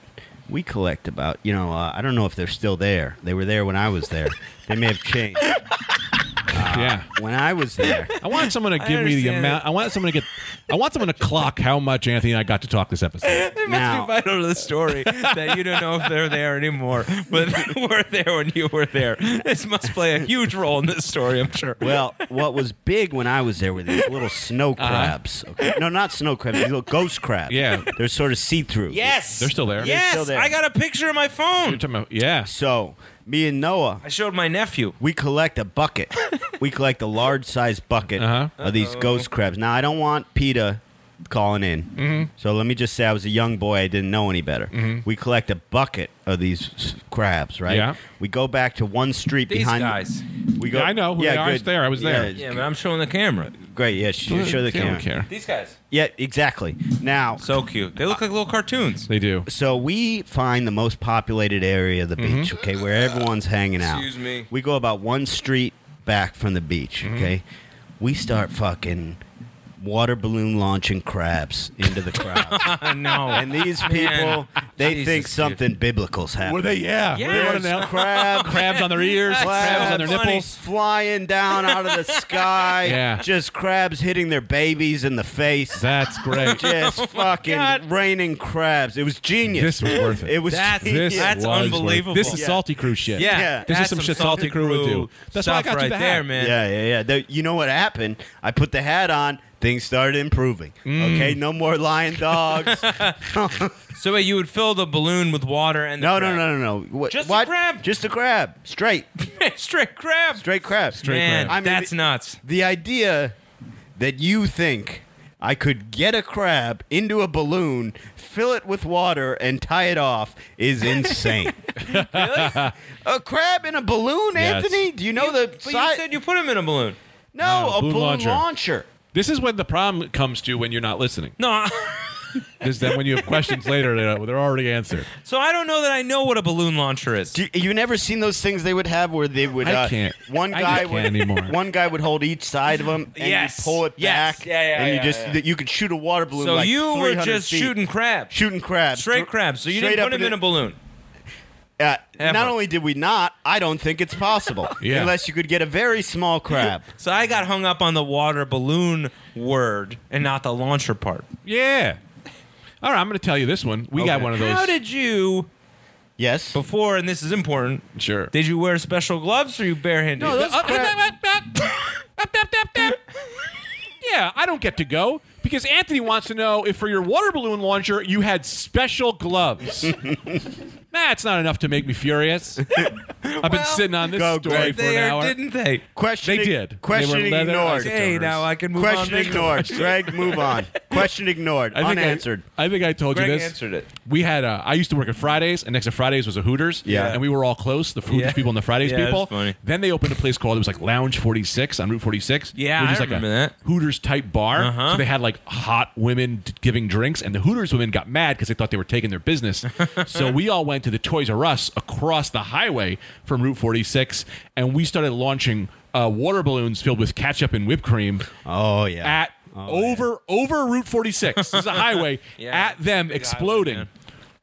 Speaker 1: we collect about, you know, uh, I don't know if they're still there. They were there when I was there. they may have changed.
Speaker 2: yeah.
Speaker 1: When I was there,
Speaker 2: Ah. I want someone to
Speaker 3: I
Speaker 2: give me the
Speaker 3: understand
Speaker 2: amount. I want someone to get. I want someone to clock how much Anthony and I got to talk this episode.
Speaker 3: *laughs* It
Speaker 1: Now-
Speaker 3: must be vital to the story that you don't know if they're there anymore, but they *laughs* were there when you were there. This must play a huge role in this story, I'm sure.
Speaker 1: well, what was big when I was there were these little snow crabs. Okay? No, not snow crabs, these little ghost crabs.
Speaker 2: Yeah.
Speaker 1: They're sort of see through.
Speaker 3: yes,
Speaker 2: They're still there.
Speaker 3: Yes,
Speaker 1: They're still there.
Speaker 3: I got a picture of my
Speaker 2: You're
Speaker 3: phone.
Speaker 2: talking about, yeah.
Speaker 1: So, me and Noah,
Speaker 3: I showed my nephew.
Speaker 1: we collect a
Speaker 3: *laughs*
Speaker 1: bucket. we collect a large size bucket
Speaker 2: Uh-huh.
Speaker 1: of these ghost crabs. Now I don't want PETA calling in.
Speaker 3: Mm-hmm.
Speaker 1: So let me just say I was a young boy, I didn't know any better. We collect a bucket of these s- crabs, right?
Speaker 2: Yeah.
Speaker 1: We go back to one street
Speaker 3: These
Speaker 1: behind
Speaker 3: guys.
Speaker 1: We go
Speaker 2: Yeah, I know who they are. It's there. I was there.
Speaker 1: Yeah,
Speaker 3: Yeah, but I'm showing the camera.
Speaker 1: great. Yeah, sh- show the
Speaker 2: They
Speaker 1: camera.
Speaker 2: don't care.
Speaker 3: These guys,
Speaker 1: Yeah, exactly. Now
Speaker 3: so cute. They look like little cartoons.
Speaker 2: They do.
Speaker 1: so we find the most populated area of the beach, okay, where everyone's hanging out.
Speaker 3: Excuse me.
Speaker 1: We go about one street back from the beach, okay? We start fucking water balloon launching crabs into the
Speaker 3: *laughs*
Speaker 1: crowd.
Speaker 3: *laughs* I know.
Speaker 1: and these people, they
Speaker 3: Jesus,
Speaker 1: think
Speaker 3: dude.
Speaker 1: something biblical's happening.
Speaker 2: Were they? Yeah.
Speaker 3: Yeah.
Speaker 2: They wanted to
Speaker 1: There's
Speaker 2: know.
Speaker 1: crab
Speaker 2: crabs on their ears. crabs on their
Speaker 3: funny.
Speaker 2: nipples.
Speaker 1: flying down out of the sky.
Speaker 2: Yeah.
Speaker 1: Just crabs hitting their babies in the face.
Speaker 2: That's great.
Speaker 1: just fucking
Speaker 3: God.
Speaker 1: raining crabs. It was genius.
Speaker 2: This was worth it.
Speaker 1: It was
Speaker 3: That's-
Speaker 1: genius.
Speaker 2: This
Speaker 3: That's
Speaker 2: was worth it.
Speaker 3: unbelievable.
Speaker 2: This is
Speaker 1: Yeah.
Speaker 2: salty crew shit.
Speaker 3: Yeah,
Speaker 1: Yeah.
Speaker 2: This is
Speaker 3: that's
Speaker 2: some shit Salty Crew would do. That's why I
Speaker 3: stuff
Speaker 2: got you
Speaker 3: right
Speaker 2: the
Speaker 3: there,
Speaker 2: hat.
Speaker 3: man.
Speaker 1: Yeah, yeah, yeah. The- you know what happened? I put the hat on. Things started improving. Okay, no more lying dogs.
Speaker 3: So wait, you would fill the balloon with water and the
Speaker 1: No, no,
Speaker 3: crab.
Speaker 1: no, no, no. What,
Speaker 3: Just a
Speaker 1: what?
Speaker 3: crab.
Speaker 1: Just a crab. Straight,
Speaker 3: *laughs* straight crab.
Speaker 1: straight crab. Straight
Speaker 3: man,
Speaker 1: crab. I mean,
Speaker 3: that's nuts.
Speaker 1: The idea that you think I could get a crab into a balloon, fill it with water, and tie it off is insane. A crab in a balloon,
Speaker 2: Yes.
Speaker 1: Anthony? Do you know the
Speaker 3: But you
Speaker 1: size?
Speaker 3: said you put him in a balloon.
Speaker 1: no,
Speaker 2: Uh,
Speaker 1: a
Speaker 2: balloon
Speaker 1: balloon
Speaker 2: launcher.
Speaker 1: launcher.
Speaker 2: This is when the problem comes to when you're not listening.
Speaker 3: No, I-
Speaker 2: Is that when you have
Speaker 3: *laughs*
Speaker 2: questions later, they're, they're already answered.
Speaker 3: so I don't know that I know what a balloon launcher is.
Speaker 1: Do you, you never seen those things they would have where they would?
Speaker 2: I
Speaker 1: uh,
Speaker 2: can't.
Speaker 1: One
Speaker 2: I
Speaker 1: guy
Speaker 2: just can't
Speaker 1: would.
Speaker 2: anymore.
Speaker 1: One guy would hold each side of them and
Speaker 3: Yes.
Speaker 1: you pull it
Speaker 3: Yes.
Speaker 1: back.
Speaker 3: Yeah, yeah,
Speaker 1: And
Speaker 3: yeah,
Speaker 1: you just
Speaker 3: yeah.
Speaker 1: that you could shoot a water balloon.
Speaker 3: so
Speaker 1: like
Speaker 3: you were
Speaker 1: 300
Speaker 3: just
Speaker 1: feet.
Speaker 3: shooting crabs,
Speaker 1: shooting crabs,
Speaker 3: straight
Speaker 1: Dr-
Speaker 3: crabs. So you
Speaker 1: straight
Speaker 3: didn't
Speaker 1: up
Speaker 3: put him
Speaker 1: the-
Speaker 3: in a balloon.
Speaker 1: Uh, not
Speaker 3: Ever.
Speaker 1: only did we not, I don't think it's possible
Speaker 2: *laughs* Yeah.
Speaker 1: unless you could get a very small crab.
Speaker 3: So I got hung up on the water balloon word and not the launcher part.
Speaker 2: Yeah. All right, I'm going to tell you this one. We got
Speaker 1: Okay.
Speaker 2: one of those.
Speaker 3: How did you
Speaker 1: Yes.
Speaker 3: before? And this is important.
Speaker 2: sure. Uh,
Speaker 3: Did you wear special gloves or you barehanded?
Speaker 1: No, those crab-
Speaker 2: yeah, I don't get to go because Anthony wants to know if for your water balloon launcher you had special
Speaker 3: *laughs*
Speaker 2: gloves. That's not enough to make me furious. I've been sitting on this
Speaker 1: go,
Speaker 2: story
Speaker 1: Greg.
Speaker 2: for an
Speaker 3: they
Speaker 2: hour.
Speaker 3: or didn't they?
Speaker 1: question.
Speaker 2: They did. They were
Speaker 1: Question
Speaker 2: leather
Speaker 1: ignored.
Speaker 2: isotope.
Speaker 3: Hey, now I can move on.
Speaker 1: Question
Speaker 3: Make the
Speaker 1: ignored. Greg, move
Speaker 3: *laughs*
Speaker 1: on. Question ignored.
Speaker 2: I think I-
Speaker 1: Unanswered.
Speaker 2: I, think I told
Speaker 3: Greg
Speaker 2: you this.
Speaker 3: answered it.
Speaker 2: We had uh, I used to work at Fridays, and next to Fridays was a Hooters.
Speaker 1: Yeah.
Speaker 2: and we were all close, the Hooters
Speaker 3: Yeah.
Speaker 2: people and the Fridays
Speaker 3: Yeah, that's
Speaker 2: people.
Speaker 3: funny.
Speaker 2: Then they opened a place called it was like Lounge Forty Six on Route Forty Six.
Speaker 3: Yeah,
Speaker 2: it was
Speaker 3: I
Speaker 2: just like
Speaker 3: remember
Speaker 2: a
Speaker 3: that.
Speaker 2: Hooters type bar.
Speaker 3: Uh-huh.
Speaker 2: So they had like hot women t- giving drinks, and the Hooters women got mad because they thought they were taking their
Speaker 3: *laughs*
Speaker 2: business. so we all went to the Toys R Us across the highway from Route Forty Six, and we started launching uh, water balloons filled with ketchup and whipped cream
Speaker 1: Oh yeah.
Speaker 2: at over over Route 46. This is a highway
Speaker 3: Yeah,
Speaker 2: at them exploding.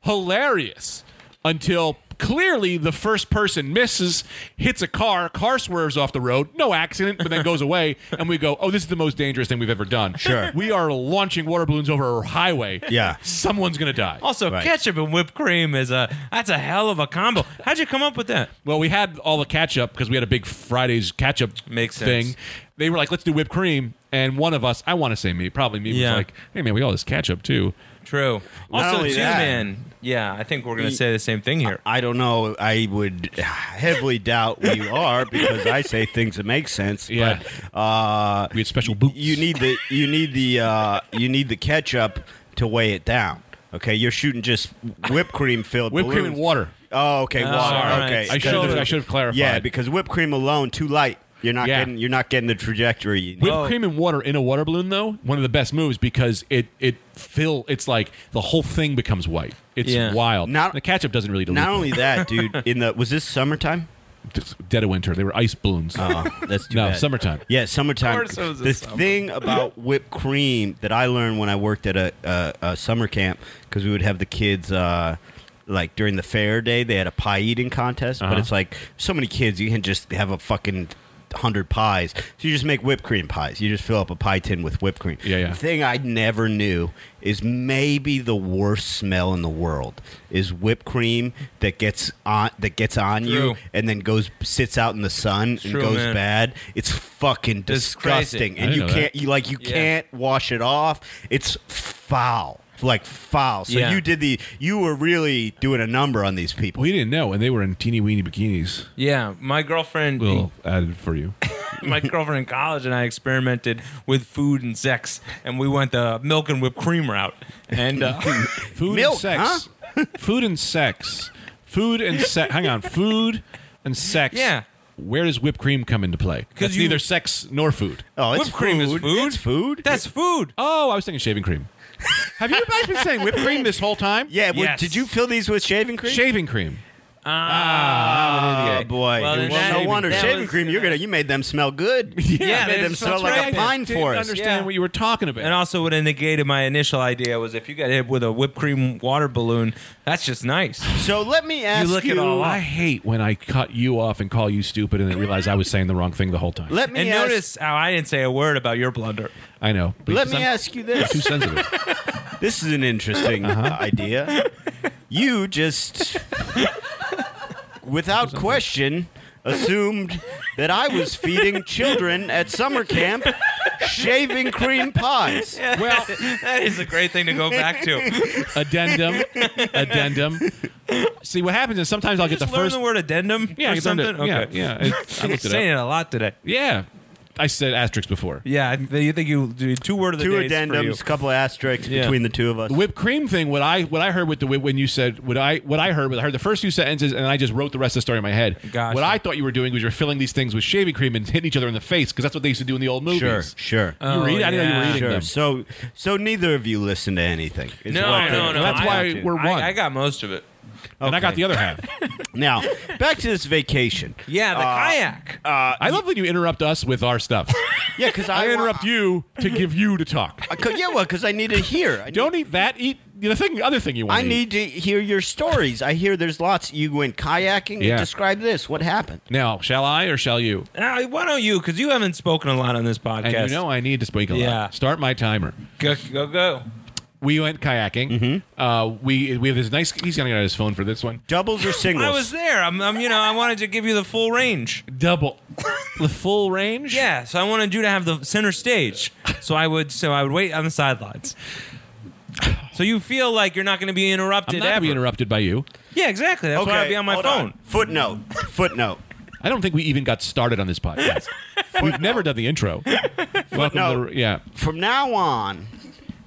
Speaker 2: Hilarious. Until clearly the first person misses, hits a car, car swerves off the road, no accident, but then goes away, and we go, "Oh, this is the most dangerous thing we've ever done."
Speaker 1: Sure.
Speaker 2: we are launching water balloons over a highway.
Speaker 1: Yeah.
Speaker 2: someone's gonna die.
Speaker 3: Also,
Speaker 1: Right.
Speaker 3: ketchup and whipped cream is a that's a hell of a combo. How'd you come up with that?
Speaker 2: Well, we had all the catch up because we had a big Fridays catch up
Speaker 3: Makes
Speaker 2: thing.
Speaker 3: sense.
Speaker 2: They were like, let's do whipped cream. And one of us, I want to say me, probably me,
Speaker 3: Yeah.
Speaker 2: was like, "Hey man, we got all this catch up too."
Speaker 3: True.
Speaker 1: Not
Speaker 3: Also,
Speaker 1: only
Speaker 3: too,
Speaker 1: that-
Speaker 3: man. Yeah, I think we're gonna say the same thing here.
Speaker 1: I don't know. I would heavily doubt we are because I say things that make sense.
Speaker 2: Yeah.
Speaker 1: But, uh,
Speaker 2: We had special boots.
Speaker 1: you need the you need the uh, you need the ketchup to weigh it down. Okay, you're shooting just whipped cream filled
Speaker 2: whipped cream and water.
Speaker 1: Oh, okay, water.
Speaker 3: sorry.
Speaker 1: Okay,
Speaker 2: I should have I should have clarified.
Speaker 1: Yeah, because whipped cream alone too light. You're not
Speaker 2: Yeah.
Speaker 1: getting you're not getting the trajectory. You need.
Speaker 2: Whipped cream and water in a water balloon, though, one of the best moves because it it fill. It's like the whole thing becomes white. It's
Speaker 3: Yeah.
Speaker 2: wild.
Speaker 1: Not-
Speaker 2: the ketchup doesn't really dilute.
Speaker 1: Not
Speaker 2: it.
Speaker 1: only that, dude. In the was this summertime?
Speaker 2: It's dead of winter, they were ice balloons.
Speaker 1: Oh, that's too
Speaker 2: no,
Speaker 1: bad.
Speaker 2: summertime.
Speaker 1: Yeah, summertime.
Speaker 3: Of course it was a
Speaker 1: the
Speaker 3: summer.
Speaker 1: thing about whipped cream that I learned when I worked at a, a, a summer camp because we would have the kids. Uh, like during the fair day, they had a pie eating contest,
Speaker 2: Uh-huh.
Speaker 1: but it's like so many kids, you can just have a fucking hundred pies. So you just make whipped cream pies. You just fill up a pie tin with whipped cream.
Speaker 2: Yeah, yeah.
Speaker 1: The thing I never knew is maybe the worst smell in the world is whipped cream that gets on that gets on
Speaker 3: True.
Speaker 1: you and then goes sits out in the sun and
Speaker 3: True,
Speaker 1: goes
Speaker 3: man.
Speaker 1: bad. It's fucking
Speaker 3: It's crazy.
Speaker 1: disgusting,
Speaker 2: I
Speaker 1: and
Speaker 2: didn't
Speaker 1: you
Speaker 2: know that.
Speaker 1: can't you like you
Speaker 3: Yeah.
Speaker 1: can't wash it off. It's foul, like foul. So
Speaker 3: Yeah.
Speaker 1: you did the you were really doing a number on these people.
Speaker 2: We didn't know, and they were in teeny weeny bikinis.
Speaker 3: Yeah, my girlfriend,
Speaker 2: We'll add it
Speaker 1: *laughs*
Speaker 2: for you.
Speaker 3: *laughs* my girlfriend in college, and I experimented with food and sex, and we went the milk and whipped cream route. And
Speaker 2: *laughs*
Speaker 3: uh, *laughs*
Speaker 2: Food
Speaker 1: Milk,
Speaker 2: and sex. *laughs* Food and sex. Food and sex. Hang on. Food and sex.
Speaker 3: Yeah.
Speaker 2: Where does whipped cream come into play? Because
Speaker 3: you-
Speaker 2: neither sex nor food.
Speaker 1: Oh, it's
Speaker 3: whipped cream is
Speaker 1: food.
Speaker 3: food?
Speaker 1: It's food.
Speaker 3: that's food.
Speaker 2: Oh, I was thinking shaving cream. Have you guys been saying whipped cream this whole time?
Speaker 1: yeah. well,
Speaker 3: Yes.
Speaker 1: Did you fill these with shaving cream?
Speaker 2: Shaving cream.
Speaker 1: Oh
Speaker 3: Ah,
Speaker 1: boy!
Speaker 3: Well, then
Speaker 1: Well,
Speaker 3: that-
Speaker 1: no wonder
Speaker 3: that
Speaker 1: shaving
Speaker 3: was-
Speaker 1: cream. You're gonna you made them smell good.
Speaker 3: *laughs* Yeah,
Speaker 1: you made them
Speaker 3: that's-
Speaker 1: smell
Speaker 3: that's
Speaker 1: like
Speaker 3: right.
Speaker 1: a pine
Speaker 2: didn't
Speaker 1: forest.
Speaker 2: understand
Speaker 3: Yeah.
Speaker 2: what you were talking about.
Speaker 3: And also, what it negated my initial idea was if you got hit with a whipped cream water balloon, that's just nice.
Speaker 1: So let me ask you.
Speaker 3: look it all up.
Speaker 2: I hate when I cut you off and call you stupid and then realize I was saying the wrong thing the whole time.
Speaker 1: Let me
Speaker 3: And
Speaker 1: ask,
Speaker 3: notice how I didn't say a word about your blunder.
Speaker 2: I know.
Speaker 1: Let
Speaker 2: because
Speaker 1: me
Speaker 2: I'm
Speaker 1: ask you this.
Speaker 2: Too
Speaker 1: *laughs*
Speaker 2: sensitive.
Speaker 1: This is an interesting
Speaker 3: Uh-huh.
Speaker 1: uh, idea. You just, without question, assumed that I was feeding children at summer camp shaving cream pies.
Speaker 2: well,
Speaker 3: That is a great thing to go back to.
Speaker 2: addendum, addendum. See what happens is sometimes I'll get the
Speaker 3: Just learn
Speaker 2: first
Speaker 3: the word addendum
Speaker 2: yeah,
Speaker 3: or
Speaker 2: addendum.
Speaker 3: something.
Speaker 2: Yeah,
Speaker 3: Okay.
Speaker 2: yeah. I- I
Speaker 3: You're
Speaker 2: looked it
Speaker 3: saying
Speaker 2: up.
Speaker 3: it a lot today.
Speaker 2: Yeah, I said asterisks before.
Speaker 3: Yeah, I th- you think you do two word of the
Speaker 1: Two
Speaker 3: days for you.
Speaker 1: addendums, a couple of asterisks
Speaker 3: Yeah.
Speaker 1: between the two of us.
Speaker 2: The whipped cream thing. What I what I heard with the whip when you said what I what I heard. What I heard the first few sentences, and I just wrote the rest of the story in my head.
Speaker 3: Gotcha.
Speaker 2: What I thought you were doing was you're filling these things with shaving cream and hitting each other in the face because that's what they used to do in the old movies.
Speaker 1: Sure, sure.
Speaker 2: You
Speaker 3: Oh,
Speaker 2: read? I didn't know you
Speaker 3: yeah.
Speaker 2: were reading
Speaker 1: Sure.
Speaker 2: them.
Speaker 1: So, so neither of you listen to anything. is
Speaker 3: No,
Speaker 1: what
Speaker 3: no,
Speaker 1: the-
Speaker 3: no,
Speaker 2: That's
Speaker 3: I-
Speaker 2: why we're one.
Speaker 3: I, I got most of it.
Speaker 2: And I got
Speaker 1: Okay.
Speaker 2: the
Speaker 1: *laughs*
Speaker 2: other half.
Speaker 1: Now, back to this vacation. Uh,
Speaker 3: Yeah, the kayak.
Speaker 2: I love when you interrupt us with our stuff.
Speaker 1: Yeah, because *laughs* I,
Speaker 2: I
Speaker 1: wa-
Speaker 2: interrupt you to give you to talk.
Speaker 1: I could- yeah, well, because I need to hear.
Speaker 3: *laughs*
Speaker 1: I need
Speaker 2: Don't eat that. Eat the thing. Other thing you want.
Speaker 1: I need to hear your stories. I hear there's lots. You went kayaking.
Speaker 2: Yeah.
Speaker 1: You describe this. What happened?
Speaker 2: now. Shall I or shall you?
Speaker 3: Uh, why don't you? Because you haven't spoken a lot on this podcast.
Speaker 2: And you know I need to speak a
Speaker 3: Yeah.
Speaker 2: lot. Start my timer.
Speaker 3: go go. go.
Speaker 2: We went kayaking.
Speaker 1: Mm-hmm.
Speaker 2: Uh, we we have this nice. He's gonna get out his phone for this one.
Speaker 1: Doubles or singles?
Speaker 3: *laughs* I was there. I'm, I'm. You know, I wanted to give you the full range.
Speaker 2: Double, the full range.
Speaker 3: Yeah, so I wanted you to have the center stage. So I would. So I would wait on the sidelines. So you feel like you're not going to be interrupted.
Speaker 2: I'm not gonna be
Speaker 3: ever.
Speaker 2: interrupted by you.
Speaker 3: Yeah, exactly. That's why I'd be on my
Speaker 1: hold
Speaker 3: phone.
Speaker 1: Footnote. Footnote.
Speaker 2: I don't think we even got started on this
Speaker 3: *laughs*
Speaker 2: podcast. We've never done the intro. Welcome
Speaker 1: Footnote.
Speaker 2: to, yeah.
Speaker 1: From now on,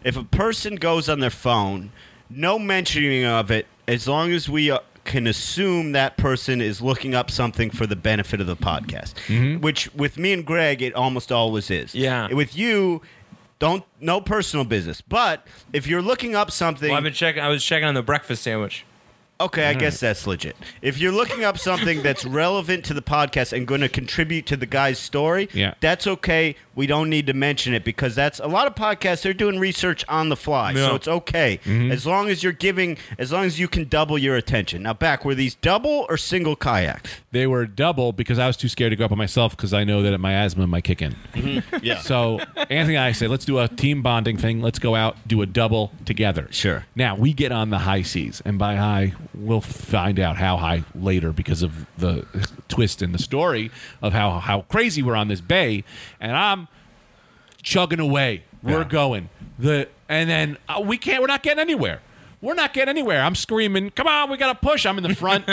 Speaker 1: if a person goes on their phone, no mentioning of it. As long as we uh, can assume that person is looking up something for the benefit of the podcast, which with me and Greg, it almost always is.
Speaker 3: Mm-hmm. Yeah.
Speaker 1: With you. Don't no personal business, but if you're looking up something,
Speaker 3: Well, I've been checking. I was checking on the breakfast sandwich.
Speaker 1: Okay, I guess that's legit. If you're looking up something that's relevant to the podcast and going to contribute to the guy's story,
Speaker 2: Yeah.
Speaker 1: that's okay. We don't need to mention it because that's a lot of podcasts. They're doing research on the fly,
Speaker 3: Yeah.
Speaker 1: so it's okay as long as you're giving, as long as you can double your attention. Now, back were these double or single *laughs* kayaks?
Speaker 2: They were double because I was too scared to go up by myself because I know that my asthma might kick in.
Speaker 1: Yeah.
Speaker 2: So Anthony and I say, let's do a team bonding thing. Let's go out, do a double together.
Speaker 1: Sure.
Speaker 2: Now we get on the high seas, and by high, we'll find out how high later because of the twist in the story of how how crazy we're on this bay. And I'm chugging away. We're going. The and then uh, we can't. We're not getting anywhere. We're not getting anywhere. I'm screaming, "Come on, we gotta push!" I'm in the front.
Speaker 1: *laughs*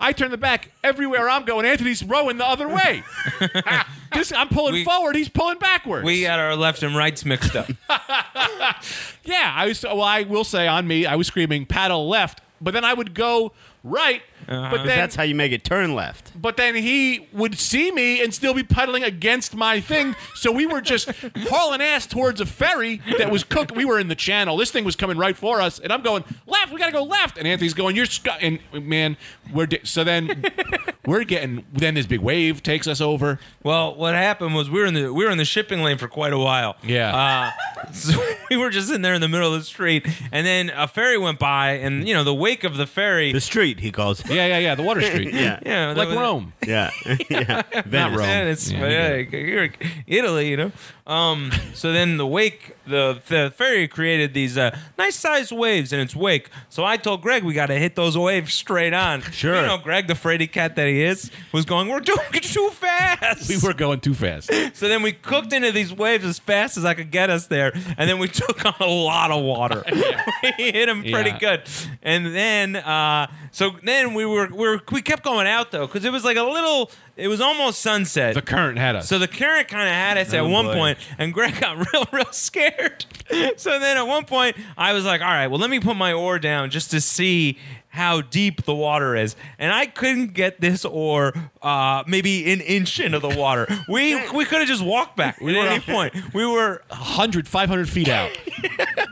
Speaker 2: I turn the back. Everywhere I'm going, Anthony's rowing the other way. *laughs* This- I'm pulling
Speaker 3: We-
Speaker 2: forward. Oh, He's pulling backwards.
Speaker 3: We uh, got our left and rights mixed up.
Speaker 2: Yeah, I was. Well, I will say on me, I was screaming paddle left, but then I would go right.
Speaker 3: Uh-huh.
Speaker 2: But then,
Speaker 1: That's how you make it turn left.
Speaker 2: but then he would see me and still be pedaling against my thing. So we were
Speaker 3: *laughs*
Speaker 2: just hauling ass towards a ferry that was cooked. We were in the channel. This thing was coming right for us, and I'm going left. We gotta go left. And Anthony's going, "You're sc-. and man, we're di- so
Speaker 3: *laughs*
Speaker 2: then we're getting. Then this big wave takes us over.
Speaker 3: Well, what happened was we were in the we were in the shipping lane for quite a while.
Speaker 2: Yeah.
Speaker 3: Uh, *laughs* so we were just in there in the middle of the street, and then a ferry went by, and you know the wake of the ferry.
Speaker 1: The street, he calls. it.
Speaker 2: Yeah, yeah, yeah. The water street.
Speaker 1: Yeah.
Speaker 3: *laughs* yeah, that
Speaker 2: like
Speaker 3: was- *laughs*
Speaker 2: Rome.
Speaker 1: Yeah. *laughs* yeah. Venice.
Speaker 2: Rome.
Speaker 3: Yeah, it's
Speaker 2: Yeah,
Speaker 3: but yeah, you're Italy, you know. Um, *laughs* so then the wake, the the ferry created these uh, nice sized waves in its wake. So I told Greg we got to hit those waves straight on.
Speaker 1: Sure.
Speaker 3: you know, Greg, the fraidy cat that he is, was going. We're doing it too fast.
Speaker 2: We were going too fast.
Speaker 3: So then we cooked into these waves as fast as I could get us there, and then we *laughs* took on a lot of
Speaker 2: *laughs*
Speaker 3: water. *laughs* we hit them pretty
Speaker 2: Yeah.
Speaker 3: good, and then uh, so then we were, we were we kept going out though because it was like a little. It was almost sunset.
Speaker 2: The current had us.
Speaker 3: So the current kind of had us
Speaker 1: Oh,
Speaker 3: at one
Speaker 1: boy.
Speaker 3: point, and Greg got *laughs* real, real scared. So then at one point, I was like, all right, well, let me put my oar down just to see how deep the water is. And I couldn't get this oar uh, maybe an inch into the water. We we could have just walked back at *laughs* any point. We were,
Speaker 2: 100, 500 feet
Speaker 3: *laughs*
Speaker 2: out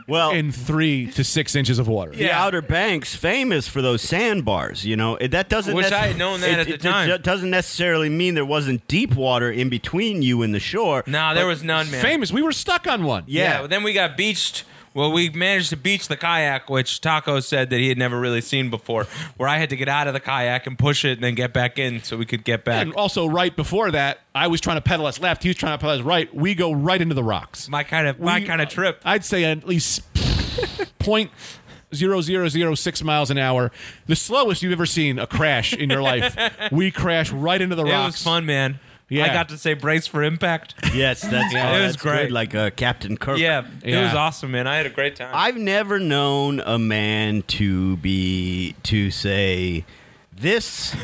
Speaker 1: Well,
Speaker 2: in three to six inches of water.
Speaker 1: the
Speaker 3: yeah.
Speaker 1: Outer Banks famous for those sandbars. You know, it, that doesn't.
Speaker 3: Wish
Speaker 1: nec-
Speaker 3: I had known that
Speaker 1: it-
Speaker 3: at the
Speaker 1: it-
Speaker 3: time.
Speaker 1: It doesn't necessarily mean there wasn't deep water in between you and the shore.
Speaker 3: nah, there was none, man.
Speaker 2: Famous. We were stuck on one.
Speaker 1: Yeah.
Speaker 3: Yeah. but then we got beached. Well, we managed to beach the kayak, which Taco said that he had never really seen before, where I had to get out of the kayak and push it and then get back in so we could get back.
Speaker 2: And also, right before that, I was trying to pedal us left. He was trying to pedal us right. We go right into the rocks.
Speaker 3: My kind of my
Speaker 2: We-
Speaker 3: kind of trip.
Speaker 2: I'd say at least *laughs* point zero zero zero six miles an hour. The slowest you've ever seen a crash in your
Speaker 3: *laughs*
Speaker 2: life. we crash right into the
Speaker 3: It
Speaker 2: rocks.
Speaker 3: was fun, man.
Speaker 2: Yeah.
Speaker 3: I got to say brace for *laughs* impact.
Speaker 1: Yes, that's
Speaker 3: Yeah,
Speaker 1: oh,
Speaker 3: it was
Speaker 1: that's good,
Speaker 3: great.
Speaker 1: Like uh, Captain Kirk.
Speaker 3: yeah, it
Speaker 2: Yeah.
Speaker 3: was awesome, man. I had a great time. *laughs*
Speaker 1: I've never known a man to be to say this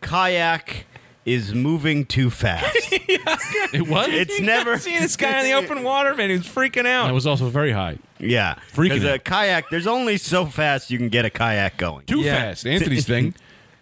Speaker 1: kayak is moving too
Speaker 3: *laughs*
Speaker 1: fast.
Speaker 2: It was.
Speaker 1: It's
Speaker 3: You
Speaker 1: never
Speaker 3: *laughs* gotta see this guy in the *laughs* open water, man. He was freaking
Speaker 2: And it
Speaker 3: out.
Speaker 2: was also very high.
Speaker 1: *laughs* Yeah,
Speaker 2: Freaking
Speaker 1: because a
Speaker 2: out.
Speaker 1: kayak. There's only so fast you can get a kayak going.
Speaker 2: Too
Speaker 3: Yeah.
Speaker 2: fast. Anthony's thing.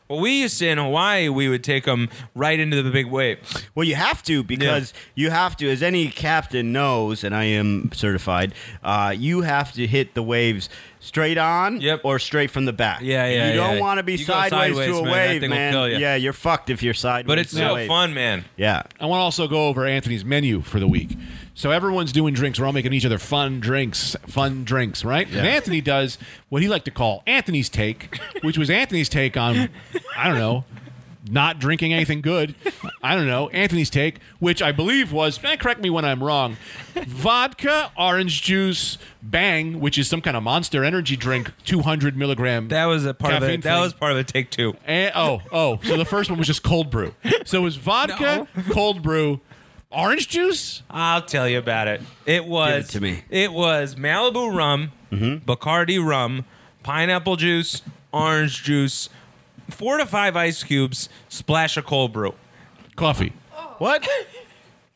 Speaker 3: Well, we used to in Hawaii, we would take him right into the big waves.
Speaker 1: Well, you have to because you have to, as any captain knows, and I am certified. Uh, you have to hit the waves straight on,
Speaker 3: Yep.
Speaker 1: or straight from the back.
Speaker 3: Yeah, yeah,
Speaker 1: You don't
Speaker 3: yeah.
Speaker 1: want to be
Speaker 3: You go
Speaker 1: sideways,
Speaker 3: sideways,
Speaker 1: to a
Speaker 3: man, that
Speaker 1: wave,
Speaker 3: thing will
Speaker 1: man.
Speaker 3: kill you.
Speaker 1: Yeah, you're fucked if you're sideways.
Speaker 3: But it's
Speaker 1: to a
Speaker 3: so
Speaker 1: wave.
Speaker 3: fun, man.
Speaker 1: Yeah.
Speaker 2: I want to also go over Anthony's menu for the week. So everyone's doing drinks. We're all making each other fun drinks, fun drinks, right? And Anthony does what he liked to call Anthony's take, which was Anthony's take on, I don't know, not drinking anything good. I don't know. Anthony's take, which I believe was, eh, correct me when I'm wrong, vodka, orange juice, bang, which is some kind of monster energy drink, 200 milligram.
Speaker 3: That was a part of
Speaker 2: Caffeine
Speaker 3: it. That
Speaker 2: thing.
Speaker 3: was part of the take two.
Speaker 2: And, oh, oh. So the first one was just cold brew. So it was vodka, cold brew, orange juice.
Speaker 3: I'll tell you about it. It was
Speaker 1: Give it to me.
Speaker 3: It was Malibu rum, Mm-hmm. Bacardi rum, pineapple juice, orange juice, four to five ice cubes, splash of cold brew.
Speaker 2: Coffee.
Speaker 1: What? *laughs*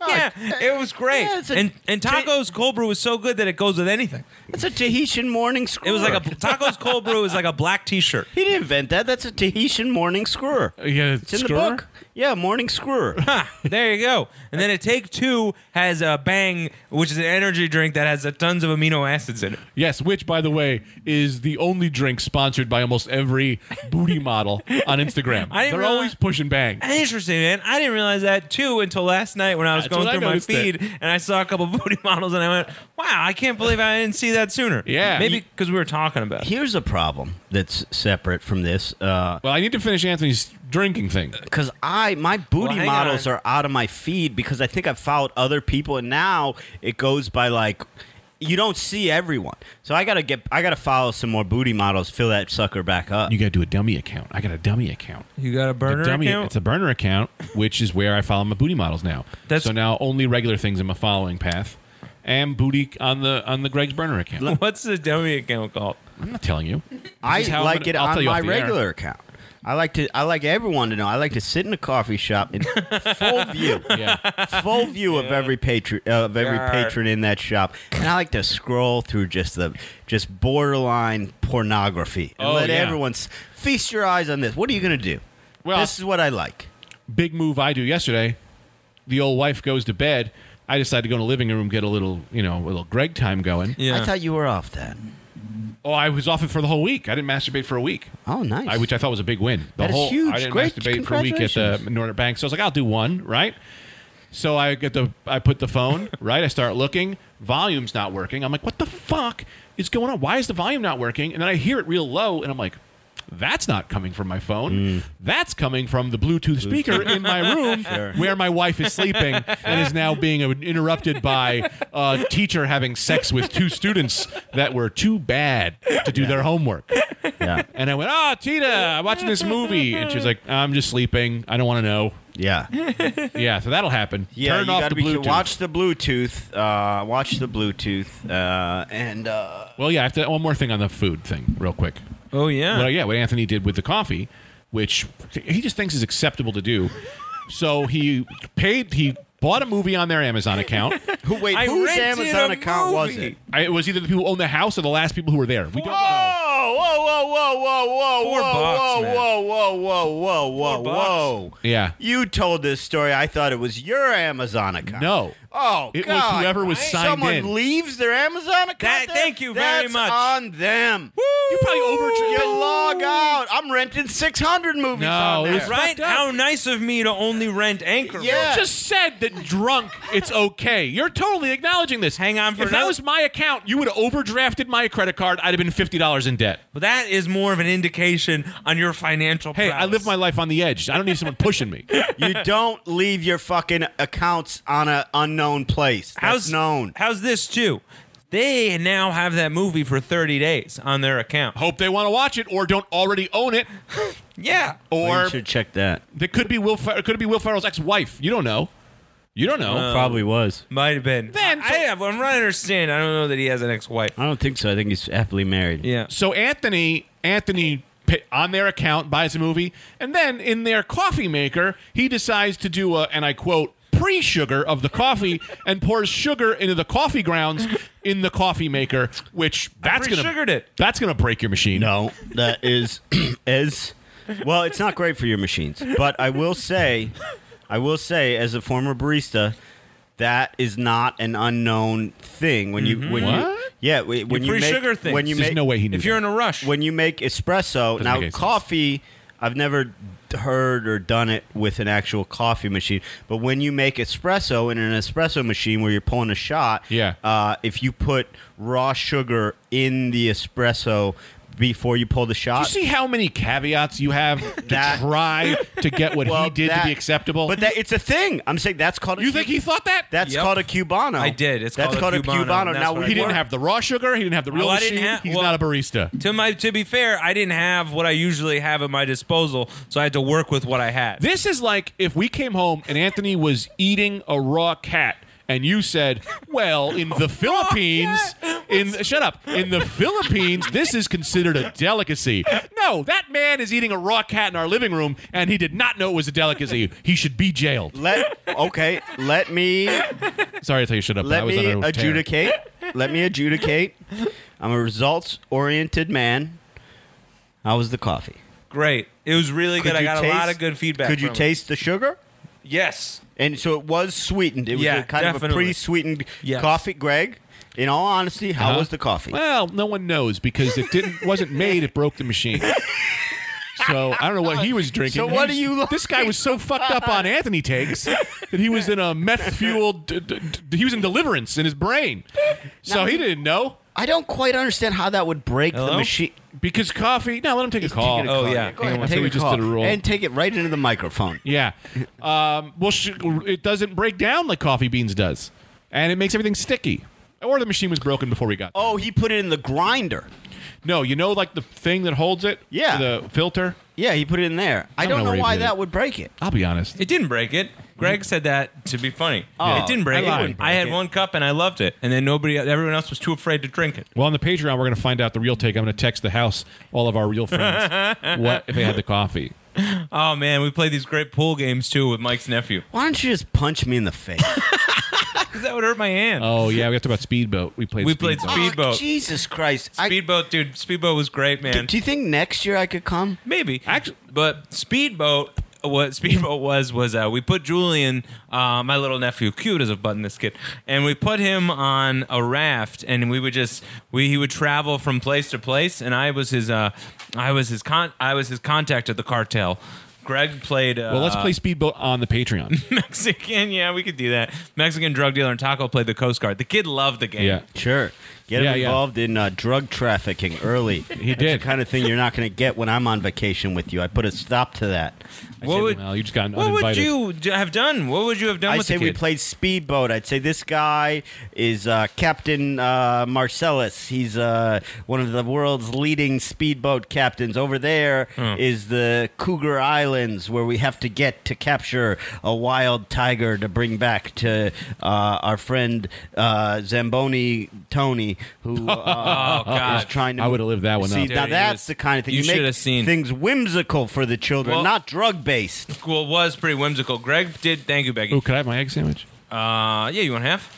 Speaker 3: Yeah, *laughs* it was great.
Speaker 1: yeah, it's a-
Speaker 3: and and tacos cold brew was so good that it goes with anything.
Speaker 1: It's a Tahitian morning screwer.
Speaker 3: It was like a tacos cold brew is like a black T-shirt.
Speaker 1: He didn't invent that. That's a Tahitian morning screwer.
Speaker 2: Uh, Yeah,
Speaker 1: It's in the book. Yeah, morning screwer.
Speaker 3: Ha, there you go. And then a take two has a bang, which is an energy drink that has a tons of amino acids in it.
Speaker 2: Yes, which, by the way, is the only drink sponsored by almost every booty model on Instagram.
Speaker 3: I didn't
Speaker 2: They're
Speaker 3: realize-
Speaker 2: always pushing bang.
Speaker 3: Interesting, man. I didn't realize that too until last night when I was
Speaker 2: That's
Speaker 3: going
Speaker 2: what I
Speaker 3: through my
Speaker 2: noticed
Speaker 3: feed and I saw a couple *laughs* booty models and I went, "Wow, I can't believe I didn't see that sooner."
Speaker 2: Yeah.
Speaker 3: maybe because we were talking about. it.
Speaker 1: Here's a problem that's separate from this. Uh,
Speaker 2: Well, I need to finish Anthony's drinking thing.
Speaker 1: because I my booty
Speaker 3: hang
Speaker 1: models
Speaker 3: on.
Speaker 1: are out of my feed because I think I've followed other people and now it goes by like you don't see everyone. So I gotta get I gotta follow some more booty models, fill that sucker back up.
Speaker 2: You got to do a dummy account. I got a dummy account.
Speaker 3: You got a burner
Speaker 2: dummy,
Speaker 3: account?
Speaker 2: It's a burner account, which is where I follow my booty models now.
Speaker 3: That's-
Speaker 2: so now only regular things in my following path. and booty on the on the Greg's burner account.
Speaker 3: *laughs* What's the dummy account called?
Speaker 2: I'm not telling you.
Speaker 1: I
Speaker 2: This is how I'm
Speaker 1: like
Speaker 2: gonna-
Speaker 1: it
Speaker 2: I'll tell
Speaker 1: on
Speaker 2: you off
Speaker 1: my
Speaker 2: the air.
Speaker 1: regular account. I like to. I like everyone to know. I like to sit in a coffee shop
Speaker 2: *laughs*
Speaker 1: in full view,
Speaker 2: Yeah.
Speaker 1: full view of every patron uh, of every
Speaker 3: Yarr.
Speaker 1: patron in that shop, and I like to scroll through just the just borderline pornography and
Speaker 2: Oh,
Speaker 1: let
Speaker 2: yeah.
Speaker 1: everyone s- feast your eyes on this. What are you gonna do?
Speaker 2: Well-
Speaker 1: this is what I like.
Speaker 2: Big move I do yesterday. The old wife goes to bed. I decide to go in the living room, get a little, you know, a little Greg time going.
Speaker 1: I thought you were off that.
Speaker 2: Oh, I was off it for the whole week. I didn't masturbate for a week,
Speaker 1: Oh, nice.
Speaker 2: I, which I thought was a big win. The
Speaker 1: That is
Speaker 2: whole
Speaker 1: huge.
Speaker 2: I didn't
Speaker 1: Great.
Speaker 2: masturbate for a week at the
Speaker 1: Congratulations.
Speaker 2: Northern Bank, so I was like, I'll do one, right? So I get the I put the phone
Speaker 1: *laughs*
Speaker 2: right. I start looking. Volume's not working. I'm like, what the fuck is going on? Why is the volume not working? And then I hear it real low, and I'm like, that's not coming from my phone.
Speaker 1: Hmm.
Speaker 2: That's coming from the Bluetooth speaker in my
Speaker 1: *laughs*
Speaker 2: room where my wife is sleeping and is now being interrupted by a teacher having sex with two students that were too bad to do their homework.
Speaker 1: yeah,
Speaker 2: And I went, "Oh, Tita, I'm watching this movie," and she was like, "I'm just sleeping. I don't want to know."
Speaker 1: yeah.
Speaker 2: Yeah, so that'll happen.
Speaker 1: *laughs* Yeah,
Speaker 2: Turn
Speaker 1: you
Speaker 2: off
Speaker 1: gotta
Speaker 2: the
Speaker 1: be
Speaker 2: Bluetooth.
Speaker 1: watch the Bluetooth. Uh, watch the Bluetooth, uh, and uh,
Speaker 2: Well, yeah, I have to. One more thing on the food thing, real quick.
Speaker 3: Oh yeah.
Speaker 2: Well, yeah, what Anthony did with the coffee, which he just thinks is acceptable to do. So he paid. He bought a movie on their
Speaker 1: *laughs*
Speaker 2: Amazon account.
Speaker 1: who wait?
Speaker 3: I
Speaker 1: whose
Speaker 3: rented
Speaker 1: Amazon
Speaker 3: a
Speaker 1: account was
Speaker 3: movie.
Speaker 1: it?
Speaker 2: I, it was either the people who own the house or the last people who were there. We
Speaker 1: *laughs*
Speaker 2: don't know.
Speaker 1: Whoa, Oh, whoa, whoa, whoa, whoa, whoa,
Speaker 3: Four
Speaker 1: whoa,
Speaker 3: bucks,
Speaker 1: whoa,
Speaker 3: man.
Speaker 1: whoa, whoa, whoa, whoa, whoa,
Speaker 3: Four bucks.
Speaker 1: whoa.
Speaker 2: Yeah.
Speaker 1: You told this story. I thought it was your Amazon account.
Speaker 2: No.
Speaker 1: Oh,
Speaker 2: It was
Speaker 1: God.
Speaker 2: whoever was signed
Speaker 1: Someone
Speaker 2: in.
Speaker 1: leaves their Amazon account.
Speaker 3: That-
Speaker 1: there?
Speaker 3: thank you very
Speaker 1: That's
Speaker 3: much.
Speaker 1: on them.
Speaker 2: You probably overdri-
Speaker 1: You log out. I'm renting 600 movies.
Speaker 2: No,
Speaker 1: on
Speaker 2: it
Speaker 1: there.
Speaker 2: was
Speaker 3: right?
Speaker 2: fucked up.
Speaker 3: How nice of me to only rent Anchor.
Speaker 1: Yeah.
Speaker 2: just said that drunk it's okay. You're totally acknowledging this.
Speaker 3: Hang on for
Speaker 2: If that
Speaker 3: another-
Speaker 2: was my account, you would have overdrafted my credit card. I'd have been fifty dollars in debt.
Speaker 3: But that is more of an indication on your financial.
Speaker 2: Hey, I live my life on the edge. I don't need someone pushing
Speaker 3: *laughs*
Speaker 2: me.
Speaker 1: you don't leave your fucking accounts on an unknown place. That's
Speaker 3: How's
Speaker 1: known.
Speaker 3: How's this too? They now have that movie for 30 days on their account.
Speaker 2: Hope they want to watch it or don't already own it.
Speaker 3: Yeah.
Speaker 2: Or
Speaker 1: should check that.
Speaker 2: that could be Will. Fer- it could be Will Ferrell's ex-wife. You don't know. You don't know.
Speaker 1: Probably was.
Speaker 3: Might have been.
Speaker 2: Then-
Speaker 3: I, I have, I'm not understanding. I don't know that he has an ex-wife.
Speaker 1: I don't think so. I think he's happily married.
Speaker 3: Yeah.
Speaker 2: So Anthony, Anthony pa- on their account buys a movie, and then in their coffee maker, he decides to do a, and I quote, pre-sugar of the
Speaker 3: *laughs*
Speaker 2: coffee, and pours sugar into the coffee grounds in the coffee maker, which that's gonna
Speaker 3: pre-sugared it.
Speaker 2: That's gonna break your machine.
Speaker 1: No, that is *clears throat* as well. It's not great for your machines, but I will say, I will say, as a former barista, that is not an unknown thing when you when you
Speaker 2: What?
Speaker 1: yeah w- when you make,
Speaker 3: pre-sugar things.
Speaker 1: when you
Speaker 2: There's
Speaker 1: make
Speaker 2: no way he knew.
Speaker 3: If you're in a rush.
Speaker 1: when you make espresso
Speaker 2: Doesn't make
Speaker 1: now
Speaker 2: any sense.
Speaker 1: coffee i've never d- heard or done it with an actual coffee machine but when you make espresso in an espresso machine where you're pulling a shot
Speaker 2: Yeah.
Speaker 1: uh, if you put raw sugar in the espresso before you pull the
Speaker 2: that.
Speaker 1: shot
Speaker 2: you see how many caveats you have to
Speaker 1: *laughs* That-
Speaker 2: try to get what
Speaker 1: well,
Speaker 2: he did
Speaker 1: that-
Speaker 2: to be
Speaker 1: *laughs*
Speaker 2: acceptable.
Speaker 1: but that it's a thing i'm saying that's called a
Speaker 2: you think
Speaker 1: cu-
Speaker 2: he thought that?
Speaker 1: that's
Speaker 3: Yep.
Speaker 1: called a cubano
Speaker 3: I did. It's
Speaker 1: that's
Speaker 3: called a Cubano, and that's
Speaker 1: now
Speaker 3: what I
Speaker 2: he didn't
Speaker 1: we're-
Speaker 2: have the raw sugar. He didn't have the real
Speaker 3: Well, I
Speaker 2: machine.
Speaker 3: didn't have-
Speaker 2: He's
Speaker 3: well-
Speaker 2: not a barista.
Speaker 3: to my to be fair, I didn't have what I usually have at my disposal, so I had to work with what I had.
Speaker 2: This is like if we came home and Anthony was eating a raw cat and you said, "Well,
Speaker 1: *laughs*
Speaker 2: in the Philippines, in shut up, in the Philippines, this is considered a delicacy." No, that man is eating a raw cat in our living room and he did not know it was a delicacy. He should be jailed.
Speaker 1: let okay let
Speaker 3: *laughs*
Speaker 1: me
Speaker 2: Sorry to tell you shut up. but
Speaker 1: Let
Speaker 2: I was
Speaker 1: me
Speaker 2: on a tear.
Speaker 1: adjudicate. Let me adjudicate. I'm a results oriented man. How was the coffee?
Speaker 3: Great. It was really good. I
Speaker 1: you
Speaker 3: got a lot
Speaker 1: taste-
Speaker 3: of good feedback.
Speaker 1: Could you
Speaker 3: from it.
Speaker 1: taste the sugar?
Speaker 3: Yes.
Speaker 1: And so it was sweetened. It was
Speaker 3: Yeah,
Speaker 1: a kind of a
Speaker 3: definitely.
Speaker 1: pre sweetened
Speaker 3: Yes.
Speaker 1: coffee. Greg, in all honesty, how
Speaker 2: Huh?
Speaker 1: was the coffee?
Speaker 2: *laughs* Well, no one knows because it didn't wasn't made. It broke the machine. So I don't know what he was drinking.
Speaker 1: So what
Speaker 2: He
Speaker 1: do
Speaker 2: was-
Speaker 1: you
Speaker 2: This guy was so fucked up on Anthony takes that he was in a meth fueled. D- d- d- he was in deliverance in his brain. So
Speaker 1: Now-
Speaker 2: he didn't know
Speaker 1: I don't quite understand how that would break the
Speaker 3: Hello?
Speaker 1: machine.
Speaker 2: because coffee. No, let him take a call. Uh,
Speaker 1: Take a
Speaker 3: Oh,
Speaker 1: call.
Speaker 3: yeah.
Speaker 1: Go ahead,
Speaker 2: Hang on,
Speaker 1: take
Speaker 2: so we
Speaker 1: a
Speaker 2: just
Speaker 1: call.
Speaker 2: did a roll.
Speaker 1: And take it right into the microphone.
Speaker 2: Yeah. Um, well, sh- it doesn't break down like coffee beans does, and it makes everything sticky. Or the machine was broken before we got. there.
Speaker 1: Oh, he put it in the grinder.
Speaker 2: No, you know, like the thing that holds it.
Speaker 1: Yeah.
Speaker 2: The filter.
Speaker 1: Yeah, he put it in there. I
Speaker 2: don't
Speaker 1: don't
Speaker 2: know
Speaker 1: know
Speaker 2: where he
Speaker 1: why
Speaker 2: did it.
Speaker 1: that would break it.
Speaker 2: I'll be honest.
Speaker 3: It didn't break it. Greg said that to be funny.
Speaker 1: Oh,
Speaker 3: it didn't break
Speaker 1: I
Speaker 3: it.
Speaker 1: lied.
Speaker 3: I had
Speaker 1: Break it.
Speaker 3: one cup and I loved it, and then nobody, everyone else was too afraid to drink it.
Speaker 2: Well, on the Patreon, we're going to find out the real take. I'm going to text the house, all of our real friends,
Speaker 3: *laughs*
Speaker 2: what if they had the coffee.
Speaker 3: Oh man, we played these great pool games too with Mike's nephew.
Speaker 1: Why don't you just punch me in the face?
Speaker 3: Because that would hurt my hand.
Speaker 2: Oh yeah, we talked about speedboat. We played.
Speaker 3: We played
Speaker 2: Speedboat.
Speaker 1: Oh,
Speaker 3: Speedboat.
Speaker 1: Jesus Christ. I-
Speaker 3: Speedboat, dude. Speedboat was great, man.
Speaker 1: do you think next year I could come?
Speaker 3: Maybe actually, but speedboat. What speedboat was was uh, we put Julian, uh, my little nephew, cute as a button, this kid, and we put him on a raft, and we would just we he would travel from place to place, and I was his uh, I was his con I was his contact at the cartel. Greg played. Uh,
Speaker 2: Well, let's play speedboat on the Patreon.
Speaker 3: *laughs* Mexican. Yeah, we could do that. Mexican drug dealer and Taco played the Coast Guard. The kid loved the game.
Speaker 2: yeah,
Speaker 1: Sure. Get
Speaker 2: Yeah, yeah.
Speaker 1: involved in uh, drug trafficking early.
Speaker 2: he did.
Speaker 1: kind of thing you're not going to get when I'm on vacation with you. I put a stop to that. I
Speaker 3: What
Speaker 1: said-
Speaker 3: would
Speaker 2: Well, you just got
Speaker 3: what would
Speaker 2: uninvited.
Speaker 3: you d- have done? What would you have done
Speaker 1: I
Speaker 3: with
Speaker 1: say
Speaker 3: the
Speaker 1: we
Speaker 3: kid?
Speaker 1: played speedboat. I'd say this guy is uh, Captain uh, Marcellus. He's uh, one of the world's leading speedboat captains. Over there is
Speaker 3: Hmm.
Speaker 1: the Cougar Islands, where we have to get to capture a wild tiger to bring back to uh, our friend uh, Zamboni Tony,
Speaker 3: *laughs*
Speaker 1: who uh,
Speaker 3: Oh, God.
Speaker 1: is trying to.
Speaker 2: I would've lived that one
Speaker 1: See,
Speaker 2: up.
Speaker 1: now
Speaker 3: Dude,
Speaker 1: that's the kind of thing
Speaker 3: you
Speaker 1: you, make
Speaker 3: should've seen.
Speaker 1: things whimsical for the children,
Speaker 3: Well-
Speaker 1: not drug based.
Speaker 3: Well, it was pretty whimsical. Greg did. Thank you, Becky.
Speaker 2: Ooh, Oh, could I have my egg sandwich?
Speaker 3: Uh, yeah, you want half?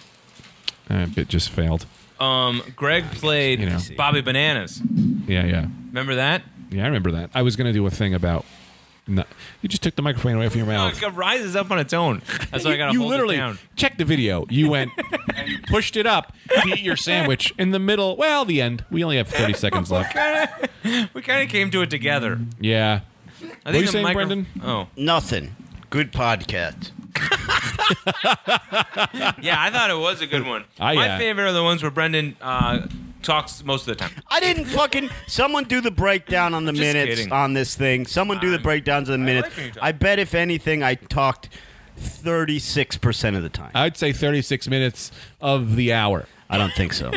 Speaker 2: Uh, it just failed.
Speaker 3: Um, Greg played
Speaker 2: you know.
Speaker 3: Bobby Bananas.
Speaker 2: Yeah, yeah,
Speaker 3: Remember that?
Speaker 2: yeah. I remember that. I was going to do a thing about. No, you just took the microphone away from your
Speaker 3: Oh,
Speaker 2: mouth.
Speaker 3: it rises up on its own. That's why I
Speaker 2: you,
Speaker 3: got to
Speaker 2: you
Speaker 3: hold
Speaker 2: literally
Speaker 3: it down. *laughs*
Speaker 2: checked the video. You went and you pushed it up to eat your sandwich in the middle. Well, the end. We only have 30 seconds
Speaker 3: *laughs*
Speaker 2: left.
Speaker 3: We kind of came to it together.
Speaker 2: Yeah.
Speaker 3: I
Speaker 2: What are you
Speaker 3: the
Speaker 2: saying,
Speaker 3: micro-
Speaker 2: Brendan?
Speaker 3: Oh,
Speaker 1: Nothing. Good podcast.
Speaker 3: yeah, I thought it was a good one.
Speaker 2: *laughs* I,
Speaker 3: My
Speaker 2: uh,
Speaker 3: favorite are the ones where Brendan uh, talks most of the time.
Speaker 1: I didn't fucking. Someone do the breakdown on the
Speaker 3: Just
Speaker 1: minutes
Speaker 3: kidding.
Speaker 1: on this thing. Someone do the
Speaker 3: I'm-
Speaker 1: breakdowns on the minutes.
Speaker 3: like when you talk.
Speaker 1: I bet if anything, I talked thirty six percent of the time.
Speaker 2: I'd say 36 minutes of the hour.
Speaker 1: I don't think so.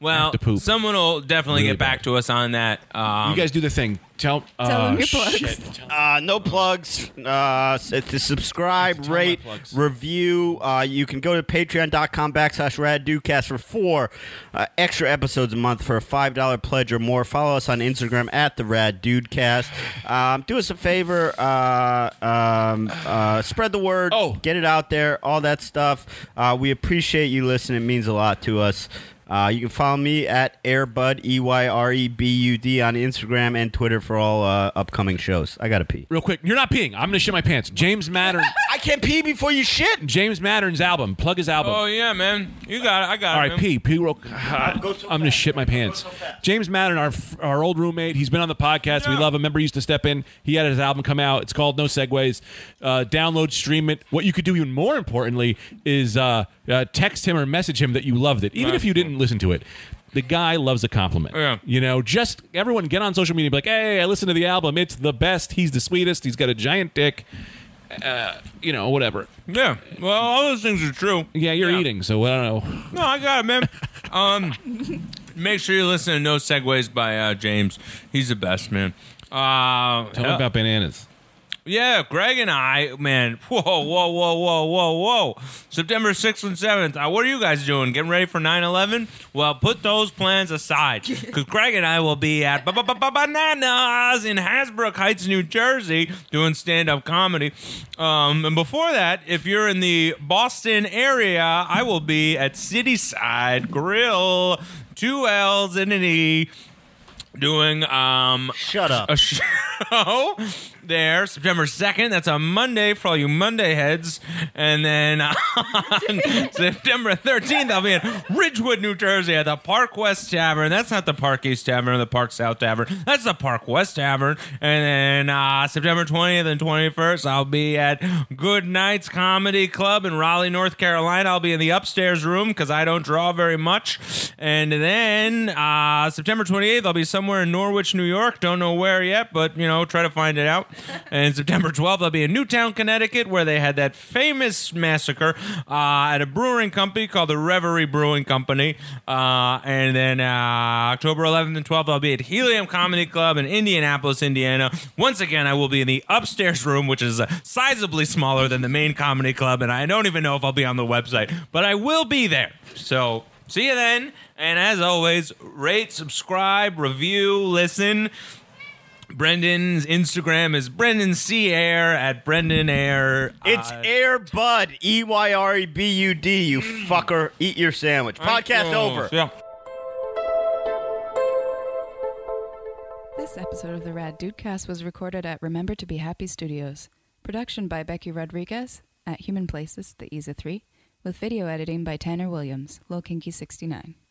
Speaker 3: Well,
Speaker 2: to poop.
Speaker 3: someone will definitely
Speaker 2: Really
Speaker 3: get back
Speaker 2: bad.
Speaker 3: to us on that. Um,
Speaker 2: You guys do the thing. Tell, uh,
Speaker 4: Tell them your plugs.
Speaker 2: shit.
Speaker 1: *laughs* Uh, no plugs. Uh, s- to subscribe,
Speaker 2: tell my
Speaker 1: rate,
Speaker 2: plugs.
Speaker 1: review. Uh, you can go to patreon.com backslash raddudecast for four uh, extra episodes a month for a $5 pledge or more. Follow us on Instagram at the raddudecast. Um, do us a favor. Uh, um, uh, spread the word.
Speaker 2: Oh.
Speaker 1: Get it out there. All that stuff. Uh, we appreciate you listening. It means a lot to us. Uh, you can follow me at Airbud, E Y R E B U D, on Instagram and Twitter for all uh, upcoming shows. I got to pee.
Speaker 2: Real quick. You're not peeing. I'm going to shit my pants. James
Speaker 4: *laughs*
Speaker 2: Mattern.
Speaker 1: I can't pee before you shit.
Speaker 2: James Mattern's album. Plug his album.
Speaker 3: oh yeah, man, you got it. I got
Speaker 2: All
Speaker 3: it.
Speaker 2: right,
Speaker 3: man.
Speaker 2: P. P. Real,
Speaker 1: go so
Speaker 2: I'm gonna
Speaker 1: fast.
Speaker 2: shit my pants. James Madden, our our old roommate, he's been on the podcast. We
Speaker 3: Yeah.
Speaker 2: love him. Remember, he used to step in. He had his album come out. It's called No Segways. Uh, download, stream it. What you could do, even more importantly, is uh, uh, text him or message him that you loved it, even if you didn't listen to it. The guy loves a compliment.
Speaker 3: Yeah.
Speaker 2: You know, just everyone get on social media and be like, hey, I listened to the album. It's the best. He's the sweetest. He's got a giant dick. Uh, you know, whatever.
Speaker 3: Yeah. Well, all those things are true.
Speaker 2: Yeah, you're
Speaker 3: Yeah.
Speaker 2: eating, so I don't know.
Speaker 3: No, I got it, man. Um, make sure you listen to No Segways by uh, James. He's the best, man. Uh,
Speaker 2: Tell him about bananas.
Speaker 3: yeah, Greg and I, man. Whoa, whoa, whoa, whoa, whoa, whoa. September 6th and 7th. Uh, what are you guys doing? Getting ready for 9 11? Well, put those plans aside. Because Greg and I will be at Ba- Ba- Ba- Ba- Bananas in Hasbrook Heights, New Jersey, doing stand up comedy. Um, and before that, if you're in the Boston area, I will be at Cityside Grill, two L's and an E, doing um,
Speaker 1: Shut up.
Speaker 3: a show there September 2nd. That's a Monday for all you Monday heads. And then uh, *laughs* on September 13th, I'll be in Ridgewood, New Jersey at the Park West Tavern. That's not the Park East Tavern or the Park South Tavern. That's the Park West Tavern. And then uh, September 20th and 21st, I'll be at Good Nights Comedy Club in Raleigh, North Carolina. I'll be in the upstairs room because I don't draw very much. And then uh, September 28th, I'll be somewhere in Norwich, New York. Don't know where yet, but, you you know, try to find it out. And September 12th, I'll be in Newtown, Connecticut, where they had that famous massacre uh, at a brewing company called the Reverie Brewing Company. Uh, and then uh, October 11th and 12th, I'll be at Helium Comedy Club in Indianapolis, Indiana. Once again, I will be in the upstairs room, which is uh, sizably smaller than the main comedy club. And I don't even know if I'll be on the website, but I will be there. So see you then. And as always, rate, subscribe, review, listen. Brendan's Instagram is Brendan C Air at Brendan Air.
Speaker 1: It's
Speaker 3: Uh,
Speaker 1: Air Bud, E Y R E B U D, you fucker. Eat your sandwich. Podcast over.
Speaker 3: Yeah.
Speaker 4: This episode of the Rad Dudecast was recorded at Remember to Be Happy Studios. Production by Becky Rodriguez at Human Places, the EZA 3, with video editing by Tanner Williams, Low Kinky 69.